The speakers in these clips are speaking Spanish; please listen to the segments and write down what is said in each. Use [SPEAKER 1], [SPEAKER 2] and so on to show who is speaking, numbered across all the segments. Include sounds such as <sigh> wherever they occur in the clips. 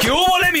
[SPEAKER 1] ¿Qué hubo, le, mi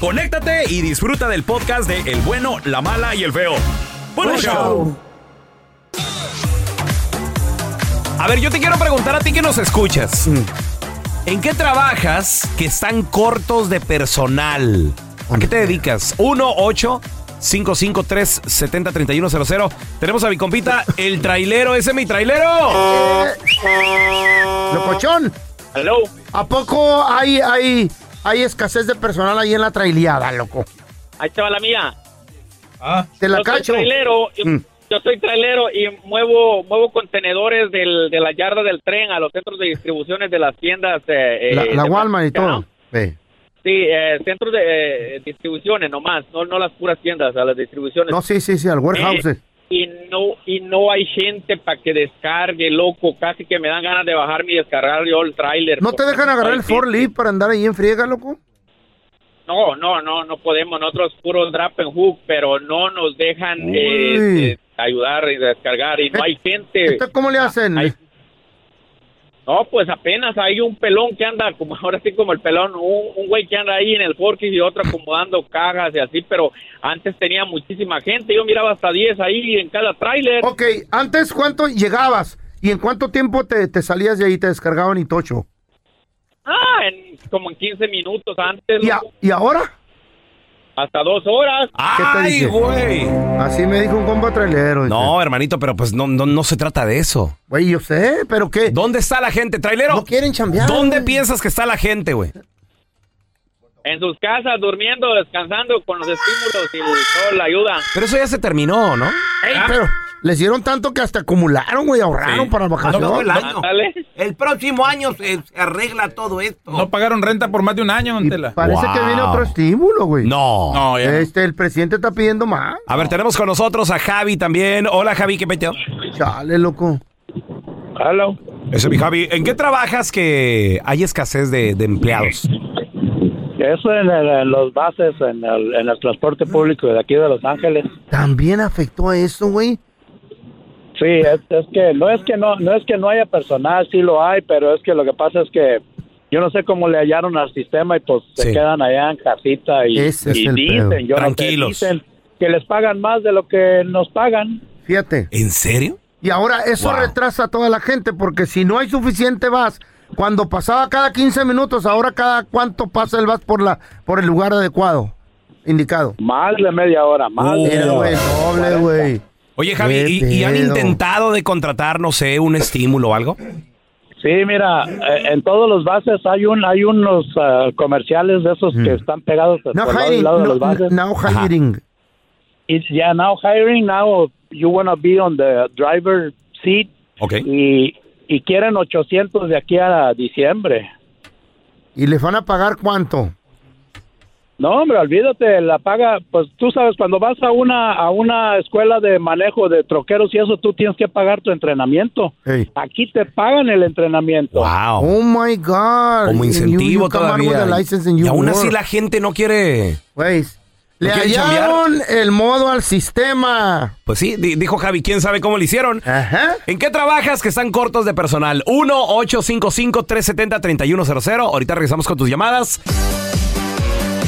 [SPEAKER 1] conéctate y disfruta del podcast de El bueno, la mala y el feo. Buen
[SPEAKER 2] Buen
[SPEAKER 1] show. A ver, yo te quiero preguntar a ti que nos escuchas. ¿En qué trabajas que están cortos de personal? ¿A qué te dedicas? 1 8 553 70 31 00. Tenemos a mi compita, el trailero. Ese es mi trailero.
[SPEAKER 2] Locochón.
[SPEAKER 3] Hello.
[SPEAKER 2] ¿A poco hay, hay, hay escasez de personal ahí en la traileada, loco?
[SPEAKER 3] Ahí estaba la mía.
[SPEAKER 2] Te la
[SPEAKER 3] yo
[SPEAKER 2] cacho. Mm.
[SPEAKER 3] Soy trailero, yo, yo soy trailero y muevo muevo contenedores del, de la yarda del tren a los centros de distribuciones de las tiendas. eh, eh,
[SPEAKER 2] La, la
[SPEAKER 3] de-
[SPEAKER 2] Walmart y todo.
[SPEAKER 3] ¿no?
[SPEAKER 2] Eh.
[SPEAKER 3] Sí, eh, centros de eh, distribuciones nomás, no, no las puras tiendas, a las distribuciones.
[SPEAKER 2] No, sí, sí, sí, al warehouse.
[SPEAKER 3] Eh, y no y no hay gente para que descargue, loco. Casi que me dan ganas de bajarme y descargar yo el tráiler.
[SPEAKER 2] ¿No te
[SPEAKER 3] porque
[SPEAKER 2] dejan agarrar el
[SPEAKER 3] está difícil.
[SPEAKER 2] forklift para andar ahí en friega, loco?
[SPEAKER 3] No, no, no, no podemos. Nosotros puro drop and hook, pero no nos dejan
[SPEAKER 2] Uy. Eh,
[SPEAKER 3] eh, eh, ayudar y descargar. Y no hay gente.
[SPEAKER 2] ¿Esto cómo le hacen?
[SPEAKER 3] Ay. No, pues apenas hay un pelón que anda, como <laughs> ahora sí como el pelón, un, un güey que anda ahí en el forklift y otro acomodando cajas y así, pero antes tenía muchísima gente. Yo miraba hasta 10 ahí en cada tráiler.
[SPEAKER 2] Ok, antes, ¿cuánto llegabas? ¿Y en cuánto tiempo te, te salías de ahí, te descargaban y tocho?
[SPEAKER 3] Ah, en- como en 15 minutos antes,
[SPEAKER 2] ¿Y, a-
[SPEAKER 3] loco,
[SPEAKER 2] y ahora?
[SPEAKER 3] hasta dos horas.
[SPEAKER 1] Ah.
[SPEAKER 2] ¿Qué te
[SPEAKER 1] ¡Ay,
[SPEAKER 2] dije?
[SPEAKER 1] güey!
[SPEAKER 2] Así me dijo un compa trailero. dice.
[SPEAKER 1] No, hermanito, pero pues no, no, no se trata de eso.
[SPEAKER 2] Güey, yo sé, pero ¿qué?
[SPEAKER 1] ¿Dónde está la gente, trailero?
[SPEAKER 2] No quieren chambear.
[SPEAKER 1] ¿Dónde
[SPEAKER 2] güey.
[SPEAKER 1] piensas que está la gente, güey?
[SPEAKER 3] En sus casas, durmiendo, descansando con los estímulos y toda la ayuda.
[SPEAKER 1] Pero eso ya se terminó, ¿no?
[SPEAKER 2] Ey, pero Ah. les dieron tanto que hasta acumularon, güey, ahorraron
[SPEAKER 1] Sí.
[SPEAKER 2] para vacaciones.
[SPEAKER 4] No, no, el año.
[SPEAKER 3] Ándale.
[SPEAKER 4] El próximo año se se arregla todo esto.
[SPEAKER 5] No pagaron renta por más de un año,
[SPEAKER 2] Y
[SPEAKER 5] Antela.
[SPEAKER 2] parece que viene otro estímulo, güey.
[SPEAKER 1] No.
[SPEAKER 5] No, ya. no.
[SPEAKER 2] Este, el presidente está pidiendo más.
[SPEAKER 1] A ver, tenemos con nosotros a Javi también. Hola, Javi, ¿qué peteo?
[SPEAKER 2] Chale, loco.
[SPEAKER 3] Hello.
[SPEAKER 1] Ese es mi Javi. ¿En qué trabajas que hay escasez de, de empleados?
[SPEAKER 6] Eso en, el- en los bases, en el, en el transporte público de aquí de Los Ángeles.
[SPEAKER 2] También afectó a eso, güey.
[SPEAKER 6] Sí, es, es que no es que no, no es que no haya personal, sí lo hay, pero es que lo que pasa es que yo no sé cómo le hallaron al sistema y pues
[SPEAKER 1] Sí.
[SPEAKER 6] se quedan allá en casita y,
[SPEAKER 2] Ese es
[SPEAKER 6] y
[SPEAKER 2] el
[SPEAKER 6] dicen,
[SPEAKER 2] pedo.
[SPEAKER 6] yo no sé,
[SPEAKER 1] Tranquilos.
[SPEAKER 6] dicen que les pagan más de lo que nos pagan.
[SPEAKER 2] Fíjate.
[SPEAKER 1] ¿En serio?
[SPEAKER 2] Y ahora eso
[SPEAKER 1] Wow.
[SPEAKER 2] retrasa a toda la gente porque si no hay suficiente vas, cuando pasaba cada 15 minutos, ahora cada cuánto pasa el vas por la por el lugar adecuado, indicado.
[SPEAKER 6] Más de media hora, más de
[SPEAKER 2] Mira,
[SPEAKER 6] media
[SPEAKER 2] güey,
[SPEAKER 6] hora.
[SPEAKER 2] doble, güey.
[SPEAKER 1] Oye, Javi,
[SPEAKER 2] Qué
[SPEAKER 1] ¿y, y han
[SPEAKER 2] pedo.
[SPEAKER 1] intentado de contratar, no sé, un estímulo o algo?
[SPEAKER 6] Sí, mira, eh, en todos los bases hay un hay unos ah, comerciales de esos que están pegados
[SPEAKER 2] No
[SPEAKER 6] por lado y
[SPEAKER 2] hiring,
[SPEAKER 6] lado de
[SPEAKER 2] no,
[SPEAKER 6] los bases.
[SPEAKER 2] now hiring.
[SPEAKER 6] it's yeah now hiring now you wanna be on the driver seat
[SPEAKER 1] Ok.
[SPEAKER 6] y, y quieren 800 de aquí a diciembre
[SPEAKER 2] ¿Y les van a pagar cuánto?
[SPEAKER 6] No, hombre, olvídate, la paga, pues tú sabes, cuando vas a una, a una escuela de manejo de troqueros y eso, tú tienes que pagar tu entrenamiento. Aquí te pagan el entrenamiento.
[SPEAKER 1] Wow.
[SPEAKER 2] Oh my God.
[SPEAKER 1] Como
[SPEAKER 2] And you-
[SPEAKER 1] incentivo
[SPEAKER 2] you come out with
[SPEAKER 1] todavía.
[SPEAKER 2] a license and
[SPEAKER 1] Y
[SPEAKER 2] you
[SPEAKER 1] aún así
[SPEAKER 2] work.
[SPEAKER 1] la gente no quiere.
[SPEAKER 2] Güey, Le
[SPEAKER 1] ¿No quieren chambear?
[SPEAKER 2] hallaron el modo al sistema.
[SPEAKER 1] Pues sí, di- dijo Javi, quién sabe cómo lo hicieron. ¿En qué trabajas que están cortos de personal? 1-855-370-3100. Ahorita regresamos con tus llamadas.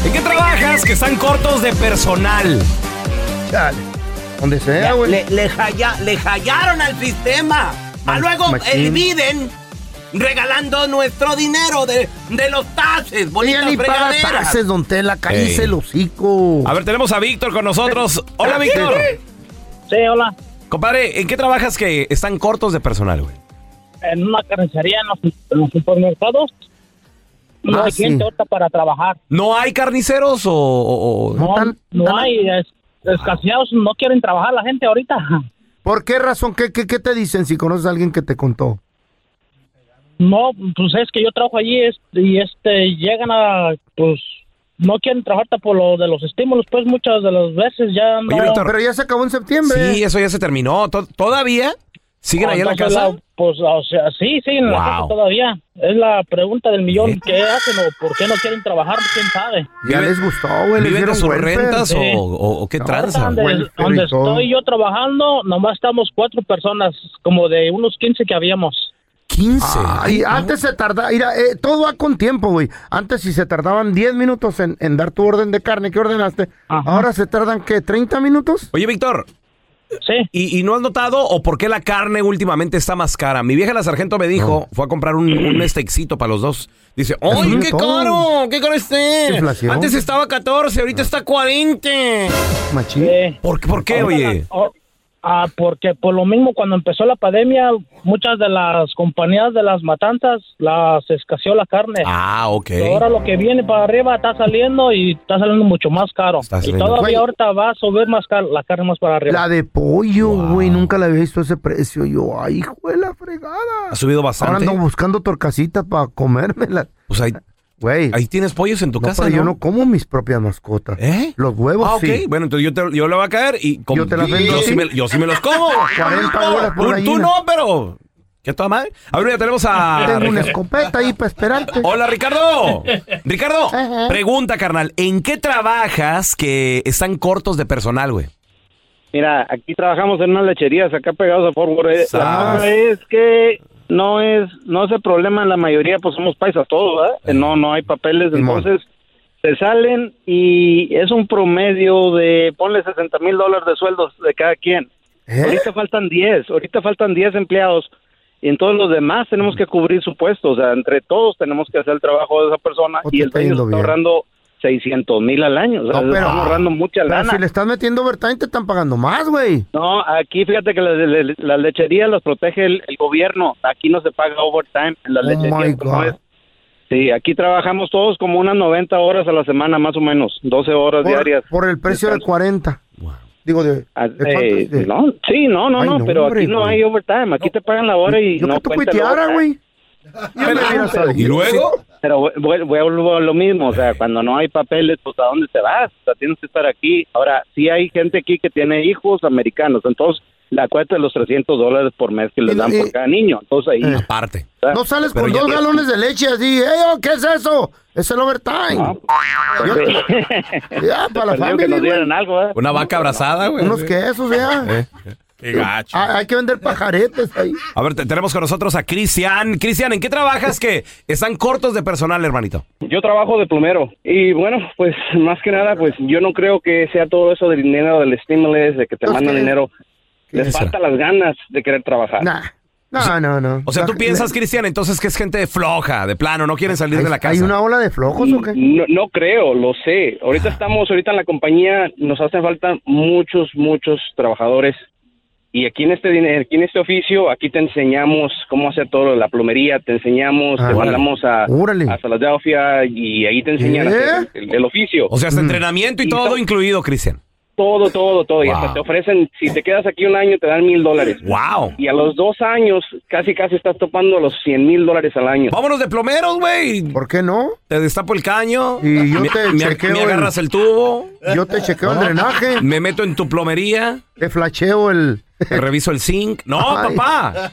[SPEAKER 1] ¿En qué trabajas que están cortos de personal?
[SPEAKER 2] Dale. Donde sea,
[SPEAKER 4] Ya,
[SPEAKER 2] güey.
[SPEAKER 4] le, le jalla- le jallaron al sistema.
[SPEAKER 2] Ma-
[SPEAKER 4] Ah, luego
[SPEAKER 2] machín.
[SPEAKER 4] eh, viven regalando nuestro dinero de, de los taxes,
[SPEAKER 2] Ella
[SPEAKER 4] bonitas
[SPEAKER 2] ni paga
[SPEAKER 4] fregaderas.
[SPEAKER 2] taxes, don Tela, cállese
[SPEAKER 1] Ey.
[SPEAKER 2] el hocico.
[SPEAKER 1] A ver, tenemos a Víctor con nosotros. Hola, Víctor.
[SPEAKER 7] Sí, hola.
[SPEAKER 1] Compadre, ¿en qué trabajas que están cortos de personal, güey?
[SPEAKER 7] En una carnicería, en los, en los supermercados. No
[SPEAKER 1] Ah,
[SPEAKER 7] hay
[SPEAKER 1] sí.
[SPEAKER 7] gente ahorita para trabajar.
[SPEAKER 1] ¿No hay carniceros o...? o- o-
[SPEAKER 7] No, no hay es- escaseados, no quieren trabajar la gente ahorita. <laughs>
[SPEAKER 2] ¿Por qué razón? ¿Qué, qué, qué te dicen si conoces a alguien que te contó?
[SPEAKER 7] No, pues es que yo trabajo allí es- y este llegan a, pues, no quieren trabajar hasta por lo de los estímulos, pues muchas de las veces ya no.
[SPEAKER 1] Oye, Víctor.
[SPEAKER 2] Pero ya se acabó en septiembre.
[SPEAKER 1] Sí, eso ya se terminó. To- ¿Todavía? ¿Siguen
[SPEAKER 7] Ah,
[SPEAKER 1] ahí en la
[SPEAKER 7] entonces
[SPEAKER 1] casa?
[SPEAKER 7] pues, o sea, sí, siguen en la
[SPEAKER 1] Wow.
[SPEAKER 7] casa todavía. Es la pregunta del millón. ¿Qué hacen o por qué no quieren trabajar? ¿Quién sabe?
[SPEAKER 2] Ya les gustó, güey. les
[SPEAKER 1] ¿Viven de
[SPEAKER 2] dieron
[SPEAKER 1] sus
[SPEAKER 2] welfare.
[SPEAKER 1] rentas o,
[SPEAKER 7] Sí.
[SPEAKER 1] o- o qué tranza?
[SPEAKER 7] Donde, donde estoy yo trabajando, nomás estamos cuatro personas, como de unos 15 que habíamos.
[SPEAKER 1] 15.
[SPEAKER 2] Ay, antes se tardaba, mira, eh, todo va con tiempo, güey. Antes si se tardaban 10 minutos en, en dar tu orden de carne que ordenaste, ahora se tardan, ¿qué? ¿30 minutos?
[SPEAKER 1] Oye, Víctor.
[SPEAKER 7] Sí.
[SPEAKER 1] ¿Y, y no has notado o por qué la carne últimamente está más cara? Mi vieja la sargento me dijo, fue a comprar un, un steakcito para los dos. Dice, ¡ay,
[SPEAKER 4] Sube
[SPEAKER 1] qué
[SPEAKER 4] todo.
[SPEAKER 1] caro! ¡Qué caro esté!
[SPEAKER 4] Inflación.
[SPEAKER 1] Antes estaba 14,
[SPEAKER 2] Ah.
[SPEAKER 1] ahorita está 40. ¿Por, qué- por qué,
[SPEAKER 7] Ahorita
[SPEAKER 1] oye?
[SPEAKER 7] la- oh, ah, porque por lo mismo cuando empezó la pandemia, muchas de las compañías de las matanzas las escaseó la carne.
[SPEAKER 1] Ah, ok.
[SPEAKER 7] Y Ahora lo que viene para arriba está saliendo y está saliendo mucho más caro. Y
[SPEAKER 2] saliendo.
[SPEAKER 7] todavía
[SPEAKER 2] Güey.
[SPEAKER 7] ahorita va a subir más car- la carne más para arriba.
[SPEAKER 2] La de pollo, güey, nunca la había visto a ese precio. Yo, ay, hijo, de la fregada.
[SPEAKER 1] Ha subido
[SPEAKER 2] ahora
[SPEAKER 1] bastante.
[SPEAKER 2] ando buscando torcasitas para comérmela.
[SPEAKER 1] Pues ahí,
[SPEAKER 2] güey,
[SPEAKER 1] ahí tienes pollos en tu
[SPEAKER 2] No,
[SPEAKER 1] casa,
[SPEAKER 2] pero yo
[SPEAKER 1] ¿no?
[SPEAKER 2] no como mis propias mascotas. Los huevos
[SPEAKER 1] Ah, ok.
[SPEAKER 2] sí.
[SPEAKER 1] Bueno, entonces yo, te- yo le voy a caer y como-
[SPEAKER 2] Yo te las vendo,
[SPEAKER 1] yo,
[SPEAKER 2] ¿sí?
[SPEAKER 1] sí me, yo sí me los
[SPEAKER 2] <laughs>
[SPEAKER 1] como.
[SPEAKER 2] 40 bolas por
[SPEAKER 1] Tú- tú,
[SPEAKER 2] gallina.
[SPEAKER 1] no, pero. ¿Qué toda madre? A ver, ya tenemos a.
[SPEAKER 2] Tengo una
[SPEAKER 1] Ah, Ricardo.
[SPEAKER 2] escopeta ahí para esperarte.
[SPEAKER 1] Hola, Ricardo. Ricardo,
[SPEAKER 2] Ajá.
[SPEAKER 1] pregunta, carnal. ¿En qué trabajas que están cortos de personal, güey?
[SPEAKER 8] Mira, aquí trabajamos en unas lecherías, acá pegados a Fort Worth. Eh, La
[SPEAKER 1] Sas.
[SPEAKER 8] cosa es que no es, no es el problema en la mayoría, pues somos paisas todos, ¿verdad? Eh, No, no hay papeles, entonces se salen y es un promedio de, ponle 60 mil dólares de sueldos de cada quien.
[SPEAKER 2] Eh.
[SPEAKER 8] Ahorita faltan 10, ahorita faltan 10 empleados y entonces los demás tenemos que cubrir su puesto, o sea, entre todos tenemos que hacer el trabajo de esa persona y el dueño
[SPEAKER 2] Oh, yendo
[SPEAKER 8] está
[SPEAKER 2] bien.
[SPEAKER 8] ahorrando 600 mil al año, o sea,
[SPEAKER 2] No, pero-
[SPEAKER 8] estamos ahorrando mucha
[SPEAKER 2] Pero
[SPEAKER 8] lana.
[SPEAKER 2] si le estás metiendo overtime, te están pagando más, güey.
[SPEAKER 8] No, aquí fíjate que las la, las lecherías las protege el, el gobierno. Aquí no se paga overtime en las
[SPEAKER 2] Oh my
[SPEAKER 8] lecherías.
[SPEAKER 2] God.
[SPEAKER 8] ¿no es? Sí, aquí trabajamos todos como unas 90 horas a la semana, más o menos, 12 horas diarias.
[SPEAKER 2] Por el precio de 40. Digo, de,
[SPEAKER 8] Ah,
[SPEAKER 2] ¿de cuánto
[SPEAKER 8] eh,
[SPEAKER 2] es de-
[SPEAKER 8] no, sí, no, no,
[SPEAKER 2] Ay,
[SPEAKER 8] no,
[SPEAKER 2] no,
[SPEAKER 8] pero
[SPEAKER 2] hombre,
[SPEAKER 8] aquí no
[SPEAKER 2] güey.
[SPEAKER 8] hay overtime. Aquí te pagan la hora y
[SPEAKER 2] yo
[SPEAKER 8] no
[SPEAKER 2] que tú
[SPEAKER 8] cuenta el
[SPEAKER 2] cuiteara,
[SPEAKER 8] overtime.
[SPEAKER 2] güey. Ya me hubieras salido.
[SPEAKER 8] Pero vu- vu- vuelvo a lo mismo, o sea, cuando no hay papeles, pues ¿a dónde te vas? O sea, tienes que estar aquí. Ahora, sí hay gente aquí que tiene hijos americanos, entonces la cuesta de los 300 dólares por mes que les dan
[SPEAKER 2] y-
[SPEAKER 8] por cada niño. Entonces ahí...
[SPEAKER 1] eh, Aparte.
[SPEAKER 2] eh,
[SPEAKER 8] Ah.
[SPEAKER 2] No sales con dos galones de leche así. "Ey, oh, ¿Qué es eso? Es el overtime.
[SPEAKER 8] Ah, pues, <laughs>
[SPEAKER 2] ya, Ah, para la
[SPEAKER 8] Perdió que
[SPEAKER 2] familia,
[SPEAKER 8] nos
[SPEAKER 2] güey.
[SPEAKER 8] dieran algo, ¿eh?
[SPEAKER 1] Una vaca abrazada, Ah, güey.
[SPEAKER 2] Unos quesos, ya.
[SPEAKER 1] Eh, Qué gacho.
[SPEAKER 2] Ah, Hay que vender pajaretes ahí.
[SPEAKER 1] A ver, te- tenemos con nosotros a Cristian. Cristian, ¿en qué trabajas que están cortos de personal, hermanito?
[SPEAKER 9] Yo trabajo de plomero y bueno, pues más que nada, pues yo no creo que sea todo eso del dinero, del estímulo, de que te mandan dinero. Les
[SPEAKER 1] es
[SPEAKER 9] falta las ganas de querer trabajar.
[SPEAKER 2] No, no, no.
[SPEAKER 1] O sea, tú piensas, Cristian, entonces que es gente floja, de plano, no quieren salir de la casa.
[SPEAKER 2] ¿Hay una ola de flojos o qué?
[SPEAKER 9] No, no creo, lo sé. Ahorita estamos, ahorita en la compañía nos hacen falta muchos, muchos trabajadores. Y aquí en este diner- aquí en este oficio, aquí te enseñamos cómo hacer todo, la plomería, te enseñamos,
[SPEAKER 1] Ah,
[SPEAKER 9] te
[SPEAKER 1] órale.
[SPEAKER 9] mandamos a, a
[SPEAKER 2] Ah,
[SPEAKER 9] Philadelphia y ahí te enseñan a hacer el, el oficio.
[SPEAKER 2] Mm.
[SPEAKER 1] O sea, hasta entrenamiento y todo incluido, Cristian.
[SPEAKER 9] Todo, todo, todo. Y
[SPEAKER 10] Wow.
[SPEAKER 9] hasta te ofrecen, si te quedas aquí un año, te dan mil dólares.
[SPEAKER 1] ¡Wow!
[SPEAKER 9] Y a los dos años, casi, casi estás topando los cien mil dólares al año.
[SPEAKER 1] Vámonos de plomeros, güey.
[SPEAKER 2] ¿Por qué no?
[SPEAKER 1] Te destapo el caño.
[SPEAKER 2] Y yo
[SPEAKER 1] me,
[SPEAKER 2] te
[SPEAKER 1] me-
[SPEAKER 2] chequeo
[SPEAKER 1] me agarras
[SPEAKER 2] el-
[SPEAKER 1] el tubo.
[SPEAKER 2] Yo te chequeo el drenaje.
[SPEAKER 1] Me meto en tu plomería.
[SPEAKER 2] Te flasheo el.
[SPEAKER 1] Te reviso el zinc. No,
[SPEAKER 2] Ay.
[SPEAKER 1] papá.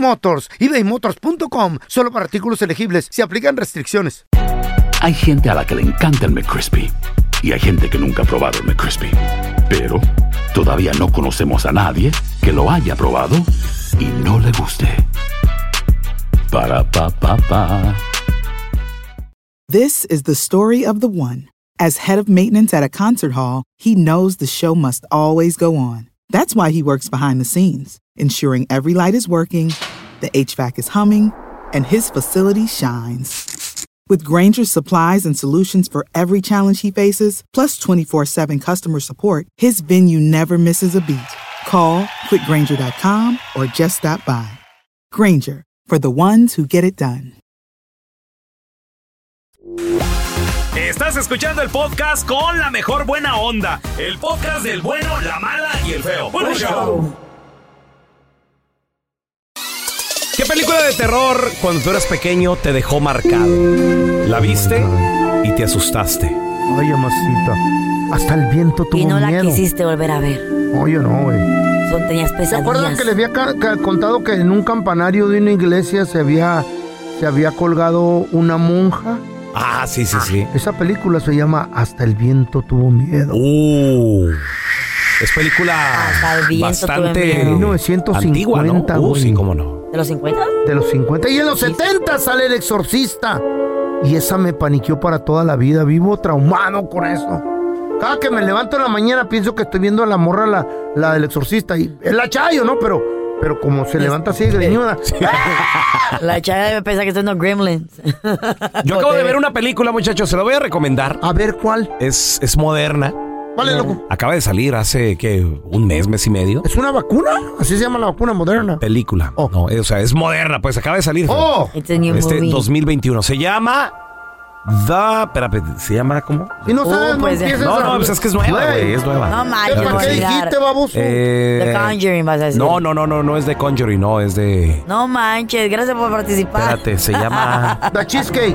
[SPEAKER 2] Motors. ebaymotors.com. Solo para artículos elegibles. Se aplican restricciones.
[SPEAKER 11] Hay gente a la que le encanta el McCrispy y hay gente que nunca ha probado el McCrispy. Pero todavía no conocemos a nadie que lo haya probado y no le guste. Para pa pa pa.
[SPEAKER 12] This is the story of the one. As head of maintenance at a concert hall, he knows the show must always go on. That's why he works behind the scenes, ensuring every light is working, the HVAC is humming, and his facility shines. With Granger's supplies and solutions for every challenge he faces, plus 24 7 customer support, his venue never misses a beat. Call quickgranger.com or just stop by. Granger, for the ones who get it done.
[SPEAKER 1] Estás escuchando el podcast con la mejor buena onda. El podcast del bueno, la mala y el feo.
[SPEAKER 10] Buen show.
[SPEAKER 1] ¿Qué película de terror cuando tú eras pequeño te dejó marcado? ¿La viste y te asustaste?
[SPEAKER 2] Ay, amacita. Hasta el viento tuvo
[SPEAKER 13] Y no la
[SPEAKER 2] miedo.
[SPEAKER 13] quisiste volver a ver.
[SPEAKER 2] Oye, no, güey.
[SPEAKER 13] Son, tenías
[SPEAKER 1] <laughs>
[SPEAKER 2] ¿Se acuerdan
[SPEAKER 13] pesadillas.
[SPEAKER 2] que les había ca- ca- contado que en un campanario de una iglesia se había, se había colgado una monja?
[SPEAKER 1] Ah, sí, sí, sí.
[SPEAKER 2] Esa película se llama Hasta el viento tuvo miedo.
[SPEAKER 1] Es película
[SPEAKER 13] Hasta el viento tuve
[SPEAKER 1] bastante
[SPEAKER 13] miedo.
[SPEAKER 2] 1950,
[SPEAKER 1] antigua, ¿no? Uh,
[SPEAKER 2] güey.
[SPEAKER 1] sí, cómo no.
[SPEAKER 13] ¿De los 50?
[SPEAKER 2] De los 50. Y en los 70 sale El Exorcista. Y esa me paniqueó para toda la vida. Vivo traumado con
[SPEAKER 1] <laughs>
[SPEAKER 2] eso. Cada que me levanto en la mañana pienso que estoy viendo a la morra, la, la del exorcista. Y es la chayo, ¿no? Pero, pero como se levanta así de greñuda. <laughs>
[SPEAKER 13] La chava me pensaba que estoy en los Gremlins.
[SPEAKER 1] <laughs> Yo acabo de ver una película, muchachos, se la voy a recomendar.
[SPEAKER 2] A ver, ¿cuál?
[SPEAKER 1] Es, es moderna.
[SPEAKER 2] ¿Cuál es, loco?
[SPEAKER 1] Acaba de salir hace, ¿qué? Un mes, mes y medio.
[SPEAKER 2] ¿Es una vacuna? Así se llama la vacuna moderna.
[SPEAKER 1] Película. No, eh, o sea, es moderna, pues acaba de salir.
[SPEAKER 2] Oh.
[SPEAKER 13] It's a new
[SPEAKER 1] este
[SPEAKER 13] movie.
[SPEAKER 1] 2021. Se llama... The... Espérate, ¿se llama cómo?
[SPEAKER 2] Si no sabes, no
[SPEAKER 13] pues,
[SPEAKER 2] empieces
[SPEAKER 1] No,
[SPEAKER 2] a-
[SPEAKER 1] no, pues es que es nueva,
[SPEAKER 2] Güey.
[SPEAKER 1] güey, es nueva.
[SPEAKER 13] No manches,
[SPEAKER 1] Es
[SPEAKER 13] ¿para
[SPEAKER 1] nueva.
[SPEAKER 13] qué dijiste,
[SPEAKER 2] baboso?
[SPEAKER 1] Eh,
[SPEAKER 13] The Conjuring, vas a decir.
[SPEAKER 1] No, no, no, no, no es de Conjuring, no, es de...
[SPEAKER 13] No manches, gracias por participar.
[SPEAKER 1] Espérate,
[SPEAKER 13] <laughs>
[SPEAKER 1] se llama...
[SPEAKER 2] <laughs> La cheesecake.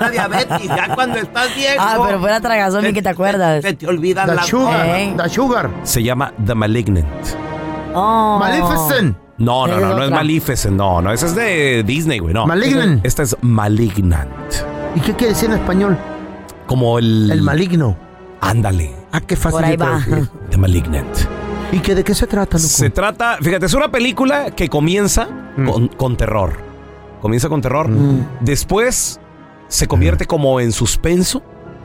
[SPEAKER 4] La diabetes, ya cuando estás viejo.
[SPEAKER 13] Ah, pero fue la tragazón y que te acuerdas.
[SPEAKER 4] Se te olvidan
[SPEAKER 13] La
[SPEAKER 4] las
[SPEAKER 13] chuga.
[SPEAKER 4] cosas.
[SPEAKER 13] Eh.
[SPEAKER 2] La sugar.
[SPEAKER 1] Se llama The Malignant.
[SPEAKER 13] Oh.
[SPEAKER 2] Maleficent.
[SPEAKER 1] No, no, no,
[SPEAKER 13] Esa es
[SPEAKER 1] no es
[SPEAKER 13] otra.
[SPEAKER 1] Maleficent, no, no, esa es de Disney, güey, no.
[SPEAKER 2] Malignant.
[SPEAKER 1] Esta es Malignant.
[SPEAKER 2] ¿Y qué quiere decir en español?
[SPEAKER 1] Como el...
[SPEAKER 2] El maligno.
[SPEAKER 1] Ándale.
[SPEAKER 2] Ah, qué fácil
[SPEAKER 13] Por ahí
[SPEAKER 2] de
[SPEAKER 13] va.
[SPEAKER 2] traducir.
[SPEAKER 1] The Malignant.
[SPEAKER 2] ¿Y que de qué se trata, loco?
[SPEAKER 1] Se trata, fíjate, es una película que comienza
[SPEAKER 2] Mm.
[SPEAKER 1] con, con terror. Comienza con terror. Después se convierte como en suspenso.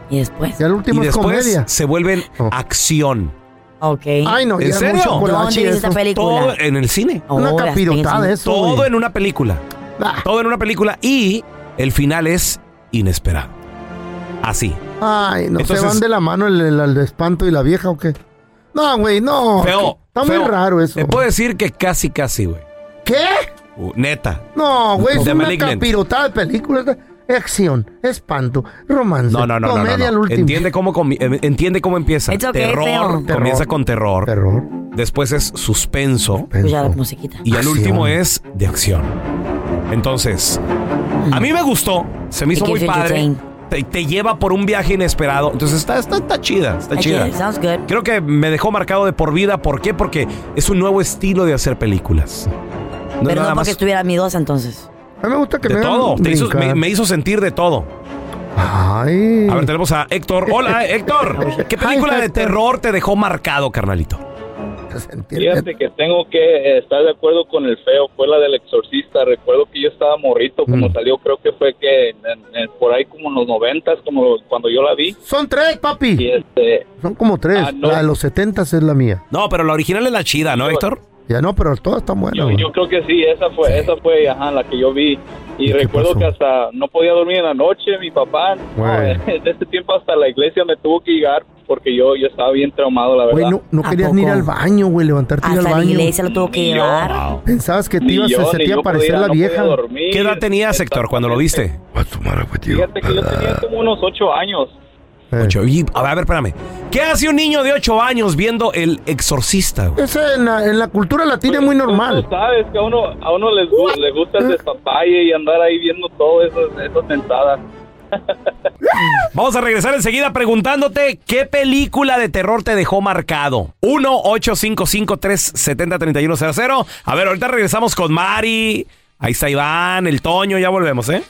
[SPEAKER 13] Y después.
[SPEAKER 2] Y al último
[SPEAKER 1] y
[SPEAKER 2] es
[SPEAKER 1] después
[SPEAKER 2] comedia. Oh.
[SPEAKER 1] se vuelve en acción.
[SPEAKER 13] Ok.
[SPEAKER 2] Ay, no,
[SPEAKER 1] ¿En
[SPEAKER 2] ya
[SPEAKER 1] serio?
[SPEAKER 2] mucho coraje
[SPEAKER 13] ¿Dónde viste esta
[SPEAKER 2] eso.
[SPEAKER 13] película?
[SPEAKER 1] Todo en el cine.
[SPEAKER 2] Una
[SPEAKER 13] Oh, las
[SPEAKER 2] capirotada
[SPEAKER 13] pinzas.
[SPEAKER 2] de eso.
[SPEAKER 1] Todo
[SPEAKER 2] güey.
[SPEAKER 1] en una película.
[SPEAKER 2] Ah.
[SPEAKER 1] Todo en una película. Y el final es inesperado. Así.
[SPEAKER 2] Ay, no
[SPEAKER 1] Entonces-
[SPEAKER 2] se van de la mano el, el- el espanto y la vieja o qué. No, güey, no.
[SPEAKER 1] Feo.
[SPEAKER 2] Está
[SPEAKER 1] feo.
[SPEAKER 2] muy raro eso.
[SPEAKER 1] Te puedo decir que casi, casi, güey.
[SPEAKER 2] ¿Qué?
[SPEAKER 1] Uh, Neta.
[SPEAKER 2] No, güey, es
[SPEAKER 1] The
[SPEAKER 2] una
[SPEAKER 1] Malignant.
[SPEAKER 2] capirotada de películas. Acción, espanto, romance,
[SPEAKER 1] No, no, no, no, no,
[SPEAKER 2] comedia
[SPEAKER 1] no.
[SPEAKER 2] al último.
[SPEAKER 1] Entiende cómo comi- eh, entiende cómo empieza.
[SPEAKER 13] It's okay,
[SPEAKER 1] terror,
[SPEAKER 13] feo.
[SPEAKER 1] comienza con terror.
[SPEAKER 2] Terror.
[SPEAKER 1] Después es suspenso
[SPEAKER 13] Escucha la musiquita.
[SPEAKER 1] y al
[SPEAKER 2] Acción.
[SPEAKER 1] último es de acción. Entonces, a mí me gustó, se me
[SPEAKER 13] It
[SPEAKER 1] hizo muy
[SPEAKER 13] keeps you
[SPEAKER 1] padre.
[SPEAKER 13] entertained.
[SPEAKER 1] Te, te lleva por un viaje inesperado. Entonces está, está, está chida, está
[SPEAKER 13] Ok,
[SPEAKER 1] chida.
[SPEAKER 13] Sounds good.
[SPEAKER 1] Creo que me dejó marcado de por vida. ¿Por qué? Porque es un nuevo estilo de hacer películas. No es
[SPEAKER 13] pero no
[SPEAKER 1] nada
[SPEAKER 13] porque
[SPEAKER 1] más
[SPEAKER 13] estuviera miedosa entonces.
[SPEAKER 2] A mí me gusta que
[SPEAKER 1] de
[SPEAKER 2] me hagan
[SPEAKER 1] todo. Te hizo- me,
[SPEAKER 2] brincar.
[SPEAKER 1] me hizo sentir de todo.
[SPEAKER 2] Ay.
[SPEAKER 1] A
[SPEAKER 2] <laughs>
[SPEAKER 1] ver, tenemos a Héctor. Hola, Héctor. ¿Qué película de terror te dejó marcado, carnalito?
[SPEAKER 2] se sentía.
[SPEAKER 8] Fíjate que tengo que estar de acuerdo con el feo, fue la del exorcista. Recuerdo que yo estaba morrito como salió, creo que fue que en- en- por ahí como en los noventas, como cuando yo la vi.
[SPEAKER 2] Son tres, papi.
[SPEAKER 8] Y este,
[SPEAKER 2] Son como tres.
[SPEAKER 8] Ah, no.
[SPEAKER 2] La de los 70 es la mía.
[SPEAKER 1] No, pero la original es la chida, ¿no, Héctor?
[SPEAKER 2] Ya no, pero todas están buenas.
[SPEAKER 8] yo,
[SPEAKER 2] güey.
[SPEAKER 8] yo creo que sí, esa fue, esa fue, ajá, la que yo vi. Y recuerdo que hasta no podía dormir en la noche, mi papá. <laughs>
[SPEAKER 2] Güey.
[SPEAKER 8] En ese este tiempo hasta la iglesia me tuvo que llegar porque yo, yo estaba bien traumado, la verdad.
[SPEAKER 2] Güey, no, no querías ni ir al baño, güey, levantarte y ir al
[SPEAKER 8] Hasta la
[SPEAKER 2] baño.
[SPEAKER 8] iglesia lo tuvo que Ni yo. llevar.
[SPEAKER 2] Pensabas que te
[SPEAKER 8] Ni
[SPEAKER 2] ibas,
[SPEAKER 8] yo,
[SPEAKER 2] se te
[SPEAKER 8] ni
[SPEAKER 2] iba a
[SPEAKER 8] yo
[SPEAKER 2] aparecer
[SPEAKER 8] podía,
[SPEAKER 2] la
[SPEAKER 8] no podía
[SPEAKER 2] vieja.
[SPEAKER 8] dormir.
[SPEAKER 1] ¿Qué edad tenías, Héctor, cuando lo viste?
[SPEAKER 8] Fíjate que yo
[SPEAKER 2] Ah.
[SPEAKER 8] tenía como unos ocho años.
[SPEAKER 1] Ocho.
[SPEAKER 2] Eh.
[SPEAKER 1] Y, a ver, a ver, espérame. ¿Qué hace un niño de ocho años viendo El Exorcista? güey?
[SPEAKER 2] Esa en la, en la cultura latina es muy normal.
[SPEAKER 8] Tú sabes que a uno, a uno les, gu- le gusta el despapalle y andar ahí viendo todo eso, esas mentadas.
[SPEAKER 1] Vamos a regresar enseguida preguntándote qué película de terror te dejó marcado. 1-855-370-3100. A ver, ahorita regresamos con Mari. Ahí está Iván, el Toño, ya volvemos, ¿eh?